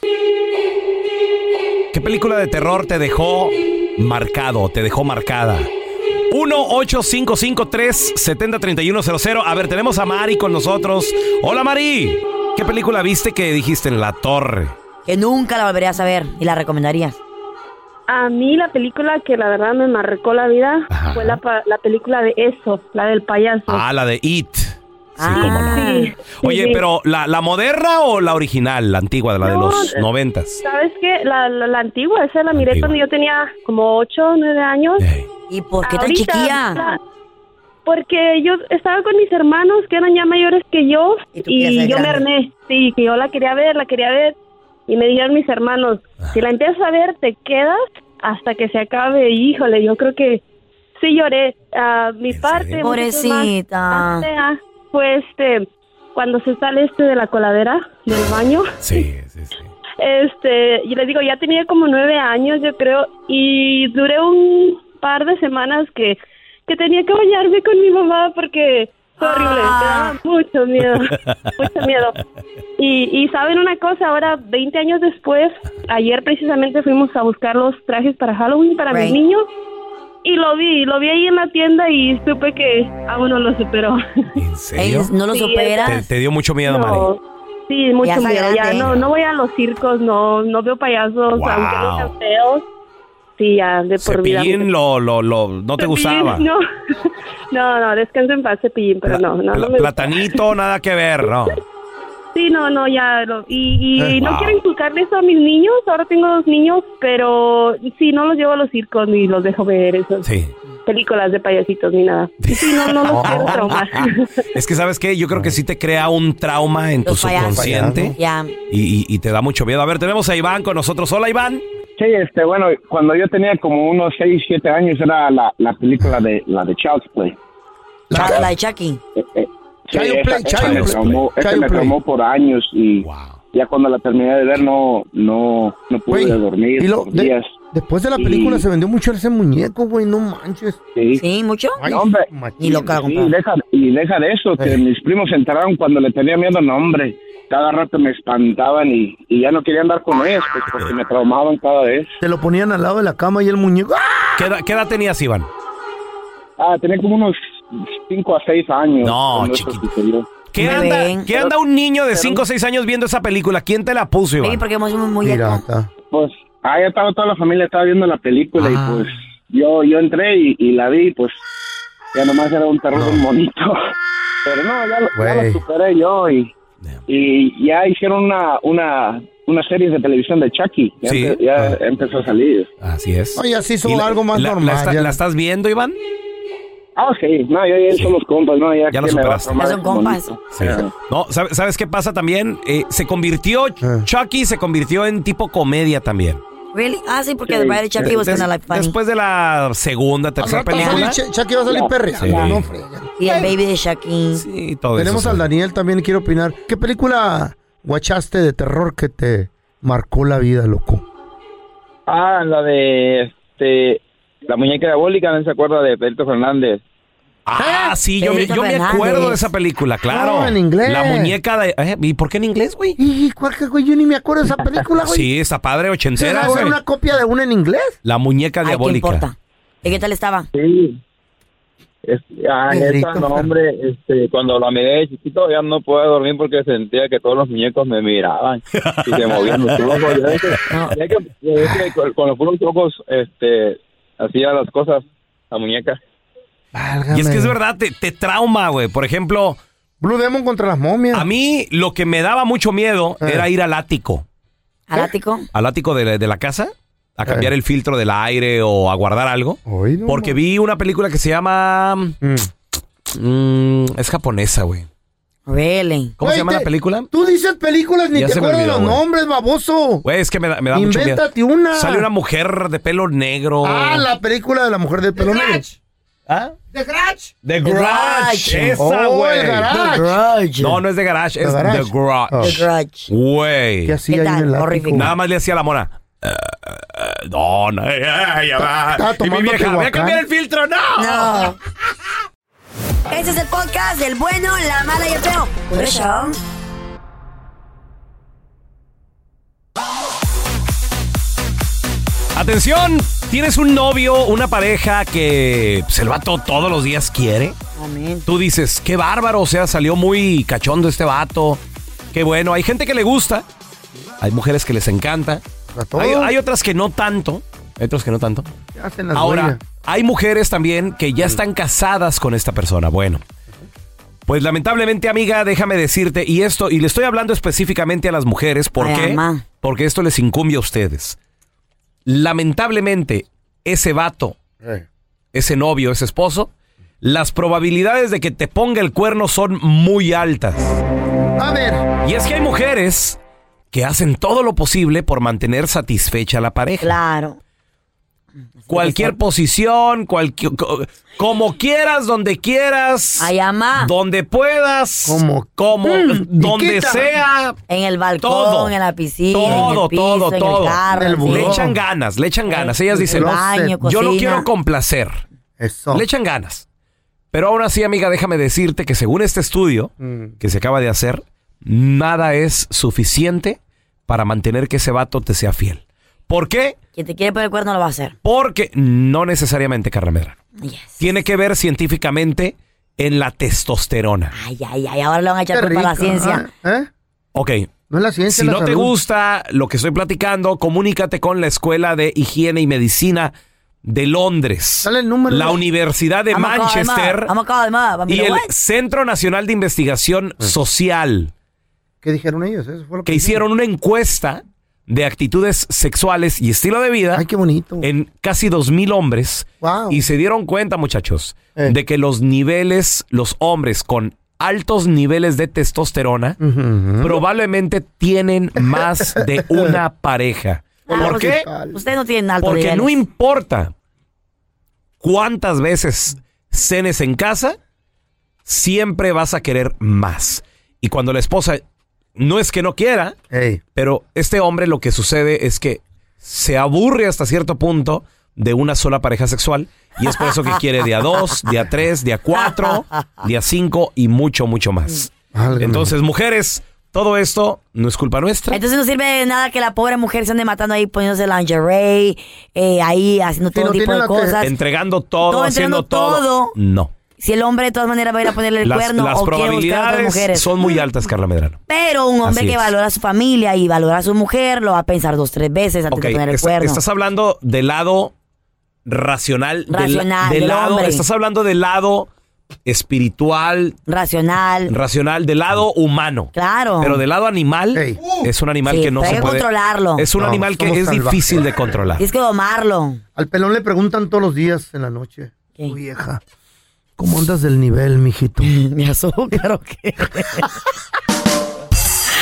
[SPEAKER 1] ¿Qué película de terror te dejó marcado, te dejó marcada? 1-855-370-3100. A ver, tenemos a Mari con nosotros. Hola, Mari. ¿Qué película viste que dijiste en la torre?
[SPEAKER 13] Que nunca la volverías a ver y la recomendarías.
[SPEAKER 14] A mí la película que la verdad me marcó la vida fue la, pa- la película de eso, la del payaso.
[SPEAKER 1] Ah, la de It.
[SPEAKER 14] Pues Ah, Sí,
[SPEAKER 1] Oye,
[SPEAKER 14] sí.
[SPEAKER 1] pero ¿la, la moderna o la original, la antigua, de la de
[SPEAKER 14] No,
[SPEAKER 1] los
[SPEAKER 14] eh,
[SPEAKER 1] noventas?
[SPEAKER 14] ¿Sabes qué? La, la, la antigua, esa la miré cuando yo tenía como 8 o 9 años.
[SPEAKER 13] ¿Y por
[SPEAKER 14] qué
[SPEAKER 13] tan chiquilla?
[SPEAKER 14] porque yo estaba con mis hermanos que eran ya mayores que yo y,
[SPEAKER 13] querías ser
[SPEAKER 14] yo me
[SPEAKER 13] grande.
[SPEAKER 14] armé. Sí, que yo la quería ver, la quería ver. Y me dijeron mis hermanos,
[SPEAKER 1] Ah.
[SPEAKER 14] si la empiezas a ver, te quedas hasta que se acabe. Híjole, yo creo que sí lloré. a mi parte, muchachos, más-
[SPEAKER 13] Pobrecita.
[SPEAKER 14] más fea fue este, cuando se sale este de la coladera del baño.
[SPEAKER 1] Sí,
[SPEAKER 14] sí, sí. Este, yo les digo, ya tenía como nueve años, yo creo, y duré un par de semanas que, que tenía que bañarme con mi mamá porque fue horrible, me daba mucho miedo, mucho miedo. Y, y saben una cosa, ahora 20 años después, ayer precisamente fuimos a buscar los trajes para Halloween para mis
[SPEAKER 13] Right.
[SPEAKER 14] niños y lo vi, lo vi ahí en la tienda y supe que aún no lo superó.
[SPEAKER 1] ¿En serio?
[SPEAKER 14] Ey, ¿no lo Sí, superas?
[SPEAKER 1] Te, te dio mucho miedo,
[SPEAKER 14] No.
[SPEAKER 1] Mari.
[SPEAKER 14] Sí, mucho
[SPEAKER 13] está
[SPEAKER 14] miedo. Ya
[SPEAKER 13] grande.
[SPEAKER 14] no, no voy a los circos, no, no veo payasos,
[SPEAKER 1] Wow.
[SPEAKER 14] aunque no sean feos. Sí, ya de por vida.
[SPEAKER 1] Cepillín lo, lo, lo, no te
[SPEAKER 14] Cepillín,
[SPEAKER 1] gustaba.
[SPEAKER 14] <laughs> No, no, no, descansa en paz, cepillín, pero no, no, no
[SPEAKER 1] Pla-
[SPEAKER 14] me gusta.
[SPEAKER 1] platanito, nada que ver, ¿no?
[SPEAKER 14] Sí, no, no, ya. lo- y y
[SPEAKER 1] Eh,
[SPEAKER 14] no
[SPEAKER 1] wow.
[SPEAKER 14] quiero inculcarle eso a mis niños. Ahora tengo dos niños, pero sí, no los llevo a los circos ni los dejo ver esas películas de payasitos
[SPEAKER 1] <laughs>
[SPEAKER 14] ni nada. Y sí, no, no los quiero traumar.
[SPEAKER 1] Es que, ¿sabes qué? Yo creo que sí te crea un trauma en tu subconsciente
[SPEAKER 13] Ya.
[SPEAKER 1] y, y- y te da mucho miedo. A ver, tenemos a Iván con nosotros. Hola, Iván.
[SPEAKER 3] Sí, este, bueno, cuando yo tenía como unos 6, 7 años era la, la película de la de Child's Play.
[SPEAKER 13] La, la de Chucky.
[SPEAKER 3] Eh, eh, sí,
[SPEAKER 13] Child
[SPEAKER 3] esa- esa
[SPEAKER 13] Play, Child
[SPEAKER 3] me
[SPEAKER 13] Play.
[SPEAKER 3] traumó, esa
[SPEAKER 13] Child
[SPEAKER 3] me
[SPEAKER 13] Play.
[SPEAKER 3] traumó por años y ya cuando la terminé de ver no no no pude
[SPEAKER 2] Güey,
[SPEAKER 3] dormir
[SPEAKER 2] y lo-
[SPEAKER 3] por
[SPEAKER 2] de-
[SPEAKER 3] días.
[SPEAKER 2] Después de la
[SPEAKER 3] Y-
[SPEAKER 2] película se vendió mucho ese muñeco, güey, no manches.
[SPEAKER 3] Sí.
[SPEAKER 13] mucho.
[SPEAKER 2] Ay,
[SPEAKER 3] No, hombre.
[SPEAKER 2] machín.
[SPEAKER 3] Sí, deja, y deja de eso,
[SPEAKER 1] Eh.
[SPEAKER 3] que mis primos se enteraron cuando le tenía miedo, no, hombre. Cada rato me espantaban y, y ya no quería andar con ellos pues, porque me traumaban cada vez.
[SPEAKER 2] Te lo ponían al lado de la cama y el muñeco. ¡Ah!
[SPEAKER 1] ¿Qué edad, qué edad tenías, Iván?
[SPEAKER 3] Ah, tenía como unos 5 a 6 años.
[SPEAKER 1] No,
[SPEAKER 3] cuando eso sucedió.
[SPEAKER 1] ¿Qué anda, ¿qué anda un niño de 5 o 6 años viendo esa película? ¿Quién te la puso, Iván?
[SPEAKER 13] Sí, porque hemos muy
[SPEAKER 3] Pues ahí estaba toda la familia, estaba viendo la película
[SPEAKER 13] Ah.
[SPEAKER 1] Ah.
[SPEAKER 3] y pues yo, yo entré y, y la vi, pues ya nomás era un terror un monito. Pero no, ya lo, ya lo
[SPEAKER 2] Güey.
[SPEAKER 3] superé yo y, y ya hicieron una, una, una serie de televisión de Chucky. Ya,
[SPEAKER 1] Sí. Ah.
[SPEAKER 3] empe- ya empezó a salir.
[SPEAKER 1] Así es.
[SPEAKER 3] Oye, así hizo
[SPEAKER 1] ¿Y
[SPEAKER 3] algo más
[SPEAKER 1] la- la
[SPEAKER 3] normal,
[SPEAKER 1] está-
[SPEAKER 3] ya.
[SPEAKER 1] ¿La estás viendo, Iván?
[SPEAKER 3] Ah, sí, no, yo ya somos compas, ¿no? Ya,
[SPEAKER 1] Ya lo
[SPEAKER 3] ¿quién me va a
[SPEAKER 1] superaste.
[SPEAKER 3] tomar
[SPEAKER 1] Ya son
[SPEAKER 3] ese
[SPEAKER 1] compas.
[SPEAKER 3] monito?
[SPEAKER 1] Sí. No, ¿sabe- ¿sabes, qué pasa también? Eh, se convirtió,
[SPEAKER 13] Ah.
[SPEAKER 1] Chucky se convirtió en tipo comedia también.
[SPEAKER 13] Really? Ah, sí, porque el padre Chucky was
[SPEAKER 1] Des-
[SPEAKER 13] gonna like funny.
[SPEAKER 1] Después de la segunda, tercera
[SPEAKER 13] rato va a
[SPEAKER 1] película.
[SPEAKER 13] salir Ch- Chucky va a salir perreando,
[SPEAKER 2] no
[SPEAKER 13] Y el baby de Chucky.
[SPEAKER 1] Sí, todo
[SPEAKER 2] Tenemos al Daniel también, quiero opinar. ¿Qué película guachaste de terror que te marcó la vida, loco?
[SPEAKER 8] Ah, la de este, la muñeca diabólica, ¿no se acuerda de Pedrito Fernández?
[SPEAKER 1] Ah, sí, yo, me-
[SPEAKER 8] Pedrito
[SPEAKER 1] yo me
[SPEAKER 8] Fernández.
[SPEAKER 1] acuerdo de esa
[SPEAKER 2] Ah,
[SPEAKER 1] película, claro.
[SPEAKER 8] No, en inglés.
[SPEAKER 1] La muñeca de... eh, ¿Y por qué en inglés, güey?
[SPEAKER 2] Y cuál que, güey, yo ni me acuerdo de esa
[SPEAKER 1] <laughs>
[SPEAKER 2] película, güey.
[SPEAKER 1] Sí, esa padre
[SPEAKER 2] ¿Se
[SPEAKER 1] ochentera,
[SPEAKER 2] grabó
[SPEAKER 1] güey.
[SPEAKER 2] una copia de una en inglés?
[SPEAKER 1] La muñeca
[SPEAKER 13] Ay, ¿qué
[SPEAKER 1] diabólica.
[SPEAKER 13] importa? ¿Y qué tal estaba?
[SPEAKER 8] Sí.
[SPEAKER 10] Es, ah, neta,
[SPEAKER 15] Pedrito.
[SPEAKER 10] no, hombre, este, cuando la miré de chiquito ya no podía dormir porque sentía que todos los muñecos me
[SPEAKER 1] <laughs>
[SPEAKER 10] miraban y se movían los ojos. Ya ves que, ya que- ya ves que con, con los puros ojos este, hacía las cosas, la muñeca.
[SPEAKER 1] Y es que es verdad, te, te trauma, güey. Por ejemplo...
[SPEAKER 2] Blue Demon contra las momias. Eh.
[SPEAKER 1] A mí lo que me daba mucho miedo era ir al ático.
[SPEAKER 13] ¿Al ático?
[SPEAKER 1] Al ático de la, de la casa. A
[SPEAKER 2] Eh.
[SPEAKER 1] cambiar el filtro del aire o a guardar algo. porque vi una película que se llama... Mm, es japonesa, güey.
[SPEAKER 13] Really.
[SPEAKER 1] ¿Cómo se llama la película?
[SPEAKER 2] Tú dices películas, ni
[SPEAKER 1] Ya
[SPEAKER 2] te
[SPEAKER 1] se me
[SPEAKER 2] acuerdas
[SPEAKER 1] olvidó,
[SPEAKER 2] los
[SPEAKER 1] güey.
[SPEAKER 2] nombres, baboso.
[SPEAKER 1] Güey, es que me da, me da mucho miedo.
[SPEAKER 2] Invéntate una.
[SPEAKER 1] Sale una mujer de pelo negro.
[SPEAKER 2] Ah, la película de la mujer del pelo negro.
[SPEAKER 1] ¿Ah?
[SPEAKER 2] ¿De Gratch?
[SPEAKER 1] The Garage. Esa,
[SPEAKER 2] Oh,
[SPEAKER 1] güey.
[SPEAKER 2] el Garage.
[SPEAKER 1] No, no es de Garage, es
[SPEAKER 2] The Garage.
[SPEAKER 1] The Garage.
[SPEAKER 2] Oh. The
[SPEAKER 13] Garage.
[SPEAKER 1] Güey.
[SPEAKER 2] ¿Qué hacía ahí en el ático?
[SPEAKER 1] Nada más le hacía a la mona. "Eh, eh, No, no, eh, eh, ya
[SPEAKER 2] Estaba
[SPEAKER 1] va. Y mi
[SPEAKER 2] tomando
[SPEAKER 1] vieja, voy a
[SPEAKER 2] Tehuacán.
[SPEAKER 1] cambiar el filtro, no.
[SPEAKER 13] No. Ese es el podcast del bueno, la mala y el feo. Por eso.
[SPEAKER 1] Atención, tienes un novio, una pareja que pues, el vato todos los días quiere. Tú dices, qué bárbaro, o sea, salió muy cachondo este vato. Qué bueno, hay gente que le gusta, hay mujeres que les encanta, hay, hay otras que no tanto, hay otras que no tanto.
[SPEAKER 2] Hacen las
[SPEAKER 1] Ahora,
[SPEAKER 2] huellas.
[SPEAKER 1] hay mujeres también que ya están casadas con esta persona. Bueno, pues lamentablemente, amiga, déjame decirte, y esto, y le estoy hablando específicamente a las mujeres, ¿por
[SPEAKER 13] Ay,
[SPEAKER 1] qué?
[SPEAKER 13] mamá.
[SPEAKER 1] Porque esto les incumbe a ustedes. Lamentablemente, ese vato, ese novio, ese esposo, las probabilidades de que te ponga el cuerno son muy altas.
[SPEAKER 2] A ver.
[SPEAKER 1] Y es que hay mujeres que hacen todo lo posible por mantener satisfecha a la pareja.
[SPEAKER 13] Claro.
[SPEAKER 1] Cualquier posición, cualquier, co- como quieras, donde quieras. Donde puedas. Como.
[SPEAKER 13] Mm,
[SPEAKER 1] donde
[SPEAKER 13] Chiquita.
[SPEAKER 1] sea.
[SPEAKER 13] En el balcón,
[SPEAKER 1] Todo.
[SPEAKER 13] en la piscina, en
[SPEAKER 1] Todo,
[SPEAKER 13] el piso,
[SPEAKER 1] todo,
[SPEAKER 13] en
[SPEAKER 1] todo.
[SPEAKER 13] el carro. sí.
[SPEAKER 1] le echan ganas, le echan ganas. Ellas
[SPEAKER 13] en el
[SPEAKER 1] dicen,
[SPEAKER 13] baño,
[SPEAKER 1] yo lo
[SPEAKER 13] cocina".
[SPEAKER 1] quiero complacer. Le echan ganas. Pero aún así, amiga, déjame decirte que según este estudio
[SPEAKER 13] Mm.
[SPEAKER 1] que se acaba de hacer, nada es suficiente para mantener que ese vato te sea fiel. ¿Por qué?
[SPEAKER 13] Quien te quiere poner el cuerno lo va a hacer.
[SPEAKER 1] Porque no necesariamente, Carla Medrano. Tiene que ver científicamente en la testosterona.
[SPEAKER 13] Ay, ay, ay, ahora le van a echar
[SPEAKER 2] Qué
[SPEAKER 13] culpa a la
[SPEAKER 2] rico,
[SPEAKER 13] ciencia.
[SPEAKER 2] ¿eh?
[SPEAKER 1] Ok.
[SPEAKER 2] No es la ciencia,
[SPEAKER 1] Si
[SPEAKER 2] la
[SPEAKER 1] no te
[SPEAKER 2] salud.
[SPEAKER 1] gusta lo que estoy platicando, comunícate con la Escuela de Higiene y Medicina de Londres, la Universidad de
[SPEAKER 13] I'ma call him up,
[SPEAKER 1] Manchester
[SPEAKER 13] I'ma call him up. I'm
[SPEAKER 1] y
[SPEAKER 13] like,
[SPEAKER 1] el
[SPEAKER 13] "What?" Ah,
[SPEAKER 1] Centro Nacional de Investigación
[SPEAKER 2] Mm.
[SPEAKER 1] Social,
[SPEAKER 2] ¿Qué dijeron ellos? Eso fue lo
[SPEAKER 1] que hicieron una encuesta de actitudes sexuales y estilo de vida en casi 2.000 hombres y se dieron cuenta, muchachos, de que los niveles, los hombres con altos niveles de testosterona, probablemente tienen más de una pareja.
[SPEAKER 13] Ah,
[SPEAKER 1] ¿Por
[SPEAKER 13] pues,
[SPEAKER 1] qué?
[SPEAKER 13] Usted no tiene alto
[SPEAKER 1] Porque
[SPEAKER 13] nivel.
[SPEAKER 1] no importa cuántas veces cenes en casa, siempre vas a querer más. Y cuando la esposa no es que no quiera, pero este hombre lo que sucede es que se aburre hasta cierto punto de una sola pareja sexual y es por eso que quiere de a dos, de a tres, de a cuatro, de a cinco y mucho, mucho más. Entonces, mujeres, todo esto no es culpa nuestra.
[SPEAKER 13] Entonces no sirve de nada que la pobre mujer se ande matando ahí, poniéndose lingerie, eh, ahí haciendo todo tipo de cosas.
[SPEAKER 1] Entregando todo,
[SPEAKER 13] Todo,
[SPEAKER 1] haciendo
[SPEAKER 13] entregando
[SPEAKER 1] todo.
[SPEAKER 13] todo.
[SPEAKER 1] No.
[SPEAKER 13] Si el hombre de todas maneras va a ir a ponerle el
[SPEAKER 1] las
[SPEAKER 13] cuerno
[SPEAKER 1] las
[SPEAKER 13] o quiere buscar a otras
[SPEAKER 1] probabilidades
[SPEAKER 13] mujeres.
[SPEAKER 1] son muy altas, Carla Medrano.
[SPEAKER 13] Pero un hombre
[SPEAKER 1] Así
[SPEAKER 13] que
[SPEAKER 1] es.
[SPEAKER 13] valora a su familia y valora a su mujer lo va a pensar dos, tres veces antes
[SPEAKER 1] Ok,
[SPEAKER 13] de poner el
[SPEAKER 1] est-
[SPEAKER 13] cuerno.
[SPEAKER 1] estás hablando del lado racional, del-
[SPEAKER 13] Racional,
[SPEAKER 1] del,
[SPEAKER 13] del
[SPEAKER 1] lado,
[SPEAKER 13] hombre.
[SPEAKER 1] estás hablando del lado espiritual,
[SPEAKER 13] Racional.
[SPEAKER 1] racional, del lado humano.
[SPEAKER 13] Claro.
[SPEAKER 1] Pero del lado animal es un animal
[SPEAKER 13] Sí,
[SPEAKER 1] que no
[SPEAKER 13] pero
[SPEAKER 1] se
[SPEAKER 13] hay que
[SPEAKER 1] puede
[SPEAKER 13] controlarlo.
[SPEAKER 1] Es un
[SPEAKER 13] No,
[SPEAKER 1] animal que
[SPEAKER 13] somos
[SPEAKER 1] es
[SPEAKER 13] salvajes.
[SPEAKER 1] difícil de controlar.
[SPEAKER 13] Tienes que domarlo.
[SPEAKER 2] Al pelón le preguntan todos los días en la noche. "Tu vieja, ¿cómo andas del nivel,
[SPEAKER 4] <laughs>
[SPEAKER 2] mijito?
[SPEAKER 13] Mi azúcar o qué.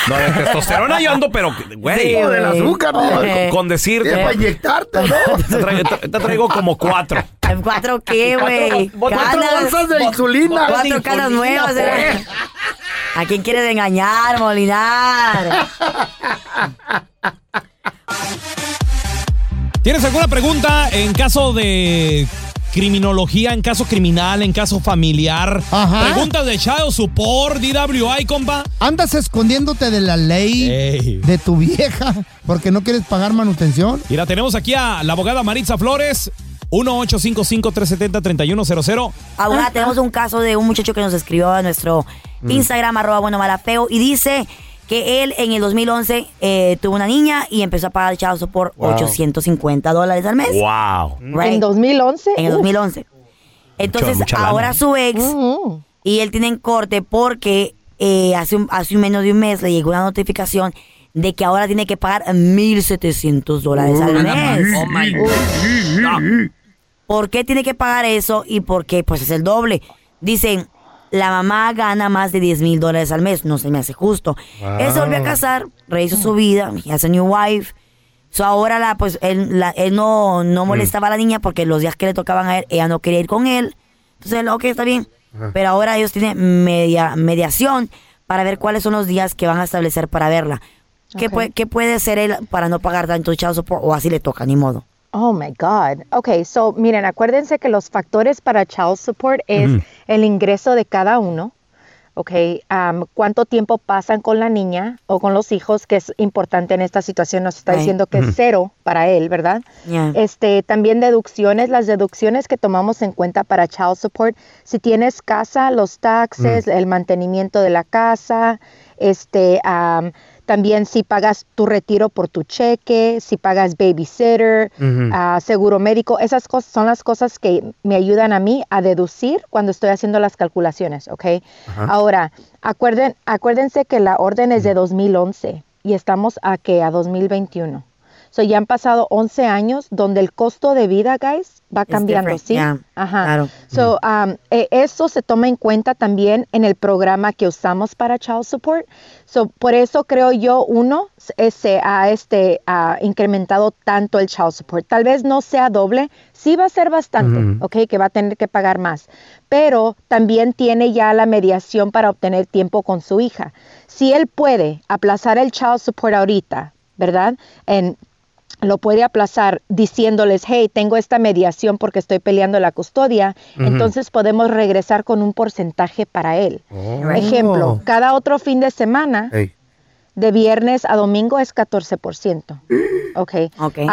[SPEAKER 1] No, de testosterona yo ando, pero güey.
[SPEAKER 2] Sí, güey. Del azúcar, ¿no?
[SPEAKER 1] Con- Con decir
[SPEAKER 2] Es para inyectarte, ¿no?
[SPEAKER 1] Te traigo, te- te traigo como cuatro.
[SPEAKER 13] ¿En cuatro qué, güey?
[SPEAKER 2] Cuatro
[SPEAKER 13] Canas.
[SPEAKER 2] bolsas de insulina.
[SPEAKER 13] Cuatro canas
[SPEAKER 2] Insulina,
[SPEAKER 13] nuevas.
[SPEAKER 2] pues.
[SPEAKER 13] ¿eh? ¿A quién quieres engañar, Molinar?
[SPEAKER 16] ¿Tienes alguna pregunta en caso de criminología, en caso criminal, en caso familiar? Preguntas de Shadow Support, DWI, compa.
[SPEAKER 17] ¿Andas escondiéndote de la ley
[SPEAKER 16] Ey.
[SPEAKER 17] de tu vieja porque no quieres pagar manutención?
[SPEAKER 16] Mira, tenemos aquí a la abogada Maritza Flores, 1-855-370-3100.
[SPEAKER 13] Abogada, tenemos un caso de un muchacho que nos escribió a nuestro
[SPEAKER 16] Mm.
[SPEAKER 13] Instagram, arroba bueno mala feo, y dice que él en el 2011 eh, tuvo una niña y empezó a pagar el chavo por
[SPEAKER 15] Wow.
[SPEAKER 13] 850 dólares al mes.
[SPEAKER 1] Wow.
[SPEAKER 13] Right.
[SPEAKER 15] En 2011.
[SPEAKER 13] En el
[SPEAKER 15] Uf.
[SPEAKER 13] 2011. Entonces,
[SPEAKER 15] mucha lana.
[SPEAKER 13] ahora su ex y él tienen corte porque eh, hace, un, hace un menos de un mes le llegó una notificación de que ahora tiene que pagar 1.700 dólares al mes.
[SPEAKER 4] Oh my God.
[SPEAKER 13] ¿Por qué tiene que pagar eso y por qué? Pues es el doble. Dicen, la mamá gana más de 10 mil dólares al mes. No se me hace justo.
[SPEAKER 15] Wow.
[SPEAKER 13] Él se volvió a casar, rehizo su vida, he has a new wife. So ahora la, pues, él, la- él no, no molestaba a la niña porque los días que le tocaban a él, ella no quería ir con él. Entonces, él, ok, está bien.
[SPEAKER 15] Ajá.
[SPEAKER 13] Pero ahora ellos tienen media, mediación para ver cuáles son los días que van a establecer para verla. ¿Qué,
[SPEAKER 15] Ok.
[SPEAKER 13] puede, ¿Qué puede ser él para no pagar tanto child support? O así le toca, ni modo.
[SPEAKER 15] Oh my God. Ok, so miren, acuérdense que los factores para child support es
[SPEAKER 13] Ujú.
[SPEAKER 15] el ingreso de cada uno. Ok, am, cuánto tiempo pasan con la niña o con los hijos, que es importante en esta situación, nos está
[SPEAKER 13] Right.
[SPEAKER 15] diciendo que
[SPEAKER 13] Ujú.
[SPEAKER 15] es cero para él, ¿verdad?
[SPEAKER 13] Yeah.
[SPEAKER 15] Este, también deducciones, las deducciones que tomamos en cuenta para child support, si tienes casa, los taxes,
[SPEAKER 18] Mm.
[SPEAKER 15] el mantenimiento de la casa, este, am, también si pagas tu retiro por tu cheque, si pagas babysitter,
[SPEAKER 18] Ujú.
[SPEAKER 15] ah, seguro médico, esas cosas son las cosas que me ayudan a mí a deducir cuando estoy haciendo las calculaciones, ¿ok?
[SPEAKER 18] Ajá.
[SPEAKER 15] Ahora, acuerden, acuérdense que la orden es de 2011 y estamos a que a 2021. So ya han pasado 11 años donde el costo de vida, guys, va
[SPEAKER 13] It's
[SPEAKER 15] cambiando,
[SPEAKER 13] different,
[SPEAKER 15] ¿sí?
[SPEAKER 13] yeah,
[SPEAKER 15] Ajá.
[SPEAKER 13] claro.
[SPEAKER 15] So, um, e- eso se toma en cuenta también en el programa que usamos para child support. So, por eso creo yo, uno, se- se ha este, ha incrementado tanto el child support. Tal vez no sea doble, sí va a ser bastante,
[SPEAKER 18] Ujú.
[SPEAKER 15] ok, que va a tener que pagar más. Pero también tiene ya la mediación para obtener tiempo con su hija. Si él puede aplazar el child support ahorita, ¿verdad? En lo puede aplazar diciéndoles, hey, tengo esta mediación porque estoy peleando la custodia,
[SPEAKER 18] Ujú.
[SPEAKER 15] entonces podemos regresar con un porcentaje para él.
[SPEAKER 18] Oh.
[SPEAKER 15] Ejemplo, cada otro fin de semana,
[SPEAKER 18] Ey.
[SPEAKER 15] de viernes a domingo es 14%. Ok.
[SPEAKER 13] okay.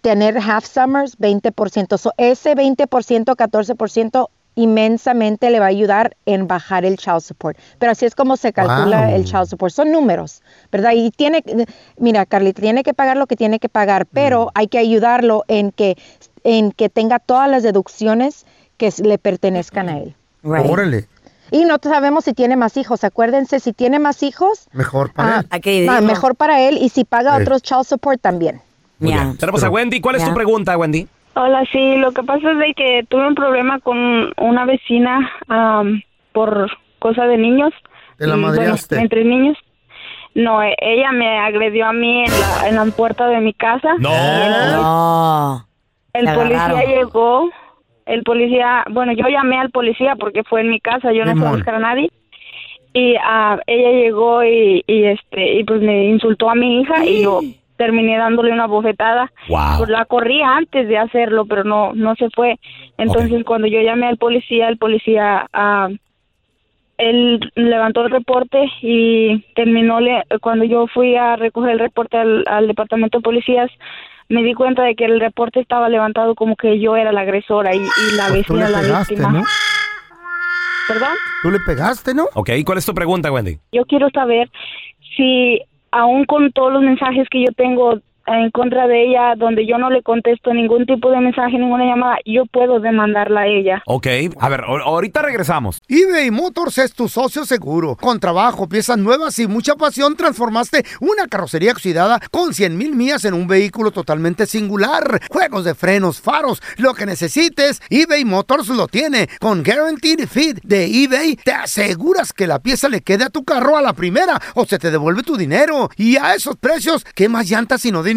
[SPEAKER 15] tener half summers, 20%. So, ese 20%, 14% inmensamente le va a ayudar en bajar el child support. Pero así es como se calcula
[SPEAKER 18] Wow.
[SPEAKER 15] el child support. Son números, ¿verdad? Y tiene, mira, Carlita, tiene que pagar lo que tiene que pagar, pero hay que ayudarlo en que, en que tenga todas las deducciones que s- le pertenezcan a él.
[SPEAKER 2] Órale,
[SPEAKER 15] Y no sabemos si tiene más hijos. Acuérdense, si tiene más hijos,
[SPEAKER 2] mejor para
[SPEAKER 15] ah,
[SPEAKER 2] él.
[SPEAKER 15] ah, mejor para él y si paga
[SPEAKER 2] Sí.
[SPEAKER 15] otros child support también.
[SPEAKER 1] Tenemos a Wendy. ¿Cuál es tu pregunta, Wendy?
[SPEAKER 19] Hola, sí, lo que pasa es de que tuve un problema con una vecina am, por cosa de niños.
[SPEAKER 2] Te la
[SPEAKER 19] Y, bueno,
[SPEAKER 2] madreaste.
[SPEAKER 19] entre niños. No, e- ella me agredió a mí en la, en la puerta de mi casa.
[SPEAKER 13] No.
[SPEAKER 19] El
[SPEAKER 13] Te
[SPEAKER 19] policía
[SPEAKER 13] agarraron.
[SPEAKER 19] llegó, el policía, bueno, yo llamé al policía porque fue en mi casa, yo no fui a
[SPEAKER 18] Simón.
[SPEAKER 19] buscar a nadie. Y ah, ella llegó y, y, este y pues me insultó a mi hija y yo terminé dándole una bofetada.
[SPEAKER 2] Ah.
[SPEAKER 18] Wow.
[SPEAKER 19] Pues la corrí antes de hacerlo, pero no no se fue. Entonces cuando yo llamé al policía, el policía ah, él levantó el reporte y terminó le- cuando yo fui a recoger el reporte al, al departamento de policías me di cuenta de que el reporte estaba levantado como que yo era la agresora y, y la
[SPEAKER 2] Pues tú
[SPEAKER 19] vecina
[SPEAKER 2] le
[SPEAKER 19] la
[SPEAKER 2] pegaste,
[SPEAKER 19] víctima
[SPEAKER 2] ¿no?
[SPEAKER 19] perdón
[SPEAKER 2] Tú le pegaste, ¿no?
[SPEAKER 1] Ok, ¿cuál es tu pregunta, Wendy?
[SPEAKER 19] yo quiero saber si aún con todos los mensajes que yo tengo en contra de ella donde yo no le contesto ningún tipo de mensaje ninguna llamada yo puedo demandarla a ella
[SPEAKER 1] Ok, a ver, ahor- ahorita regresamos.
[SPEAKER 2] eBay Motors es tu socio seguro. Con trabajo, piezas nuevas y mucha pasión, transformaste una carrocería oxidada con 100.000 mil millas en un vehículo totalmente singular. Juegos de frenos, faros, lo que necesites, eBay Motors lo tiene. Con Guaranteed Fit de eBay, te aseguras que la pieza le quede a tu carro a la primera o se te devuelve tu dinero. Y a esos precios, ¿qué más llantas sino dinero?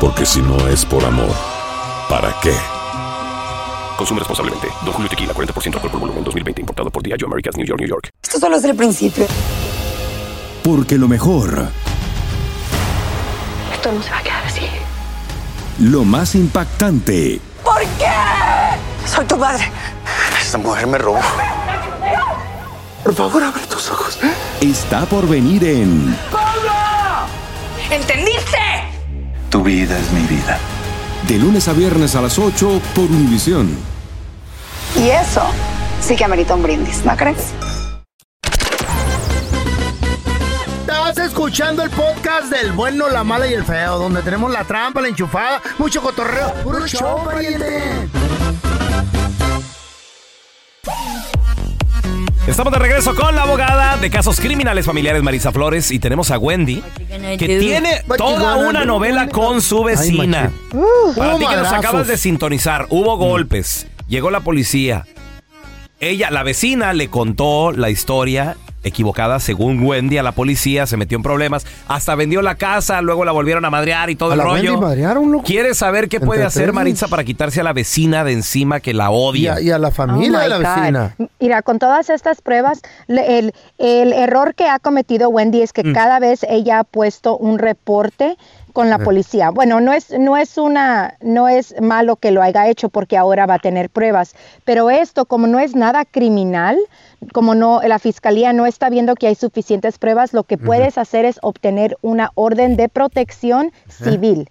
[SPEAKER 20] Porque si no es por amor, ¿para qué?
[SPEAKER 21] Consume responsablemente. Don Julio Tequila, 40% alcohol por volumen, 2020. Importado por Diageo Americas, New York, New York.
[SPEAKER 13] Esto solo es el principio.
[SPEAKER 22] Porque lo mejor,
[SPEAKER 23] Esto no se va a quedar así.
[SPEAKER 22] lo más impactante,
[SPEAKER 23] ¿Por qué? Soy tu madre.
[SPEAKER 22] esta mujer me robó.
[SPEAKER 23] Por favor, abre tus ojos.
[SPEAKER 22] Está por venir en
[SPEAKER 23] ¡Pablo! ¿Entendiste?
[SPEAKER 22] Tu vida es mi vida. De lunes a viernes a las 8 por Univisión.
[SPEAKER 23] Y eso sí que amerita un brindis, ¿no crees?
[SPEAKER 2] Estás escuchando el podcast del bueno, la mala y el feo, donde tenemos la trampa, la enchufada, mucho cotorreo. ¡Puro show, pariente!
[SPEAKER 1] Estamos de regreso con la abogada de casos criminales familiares Marisa Flores y tenemos a Wendy que
[SPEAKER 13] do?
[SPEAKER 1] tiene
[SPEAKER 13] What you
[SPEAKER 1] toda
[SPEAKER 13] gonna
[SPEAKER 1] una
[SPEAKER 13] do?
[SPEAKER 1] novela con su vecina.
[SPEAKER 13] Ay, machín.
[SPEAKER 1] Para
[SPEAKER 13] Hubo
[SPEAKER 1] ti que nos
[SPEAKER 13] madrazos.
[SPEAKER 1] acabas de sintonizar,
[SPEAKER 2] Mm.
[SPEAKER 1] hubo golpes, llegó la policía. Ella, la vecina, le contó la historia equivocada según Wendy a la policía, se metió en problemas, hasta vendió la casa, luego la volvieron a madrear y todo
[SPEAKER 2] A
[SPEAKER 1] el
[SPEAKER 2] la Wendy
[SPEAKER 1] rollo.
[SPEAKER 2] madrearon, loco.
[SPEAKER 1] ¿Quieres saber qué
[SPEAKER 2] Entre
[SPEAKER 1] puede hacer
[SPEAKER 2] tres.
[SPEAKER 1] Maritza para quitarse a la vecina de encima que la
[SPEAKER 2] Y
[SPEAKER 1] odia?
[SPEAKER 2] a, y a la familia
[SPEAKER 15] Oh
[SPEAKER 2] de la
[SPEAKER 15] my God.
[SPEAKER 2] vecina.
[SPEAKER 15] Mira, con todas estas pruebas, le- el, el error que ha cometido Wendy es que
[SPEAKER 2] Mm.
[SPEAKER 15] cada vez ella ha puesto un reporte con la
[SPEAKER 18] Eh.
[SPEAKER 15] policía. Bueno, no es, no es una, no es malo que lo haya hecho porque ahora va a tener pruebas. Pero esto, como no es nada criminal, como no, la fiscalía no está viendo que hay suficientes pruebas, lo que puedes hacer es obtener una orden de protección civil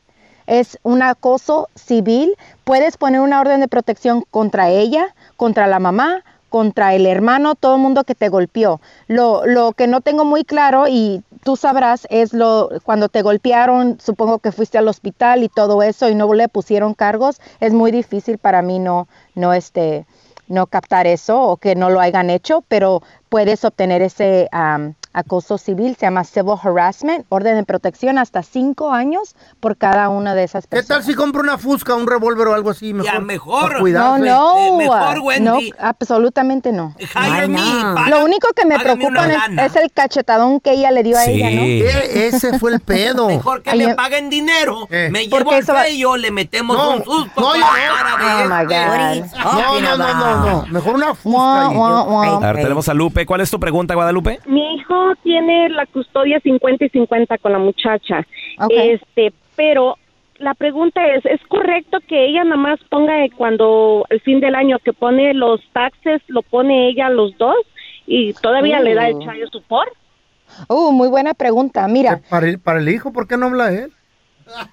[SPEAKER 15] es un acoso civil, puedes poner una orden de protección contra ella, contra la mamá, contra el hermano, todo el mundo que te golpeó. Lo, lo que no tengo muy claro y tú sabrás es lo cuando te golpearon, supongo que fuiste al hospital y todo eso y no le pusieron cargos, es muy difícil para mí no no este no captar eso o que no lo hayan hecho, pero puedes obtener ese am, acoso civil, se llama civil harassment, orden de protección hasta cinco años por cada una de esas
[SPEAKER 2] ¿Qué tal
[SPEAKER 15] personas.
[SPEAKER 2] si compro una fusca, un revólver o algo así? Mejor. Ya, mejor.
[SPEAKER 15] No,
[SPEAKER 2] eh,
[SPEAKER 15] no, ah,
[SPEAKER 1] Eh,
[SPEAKER 15] no, absolutamente no. Lo único que me
[SPEAKER 2] págame
[SPEAKER 15] preocupa
[SPEAKER 2] una
[SPEAKER 15] es, es el cachetadón que ella le dio a ella, ¿no?
[SPEAKER 2] E-, ese fue
[SPEAKER 24] <laughs>
[SPEAKER 2] el pedo.
[SPEAKER 4] Mejor que
[SPEAKER 15] Ay,
[SPEAKER 4] me
[SPEAKER 15] eh.
[SPEAKER 4] paguen dinero. Me llevo
[SPEAKER 15] Porque
[SPEAKER 4] al
[SPEAKER 15] eso va-
[SPEAKER 4] cuello, le metemos
[SPEAKER 2] No,
[SPEAKER 4] un susto.
[SPEAKER 2] no,
[SPEAKER 4] con
[SPEAKER 2] yo-
[SPEAKER 4] la cara de
[SPEAKER 15] Oh, my
[SPEAKER 4] este.
[SPEAKER 15] God.
[SPEAKER 2] No, no, no, no, no. Mejor una fusca. y-
[SPEAKER 1] A ver, tenemos a Lupe. ¿Cuál es tu pregunta, Guadalupe?
[SPEAKER 24] Mi hijo tiene la custodia 50 y 50 con la muchacha. Este, pero la pregunta es, ¿es correcto que ella nada más ponga eh, cuando el fin del año que pone los taxes, lo pone ella los dos y todavía le da el
[SPEAKER 15] Mm.
[SPEAKER 24] chayo support?
[SPEAKER 15] Uh, muy buena pregunta. Mira,
[SPEAKER 2] Para el, para el hijo, ¿por qué no habla él?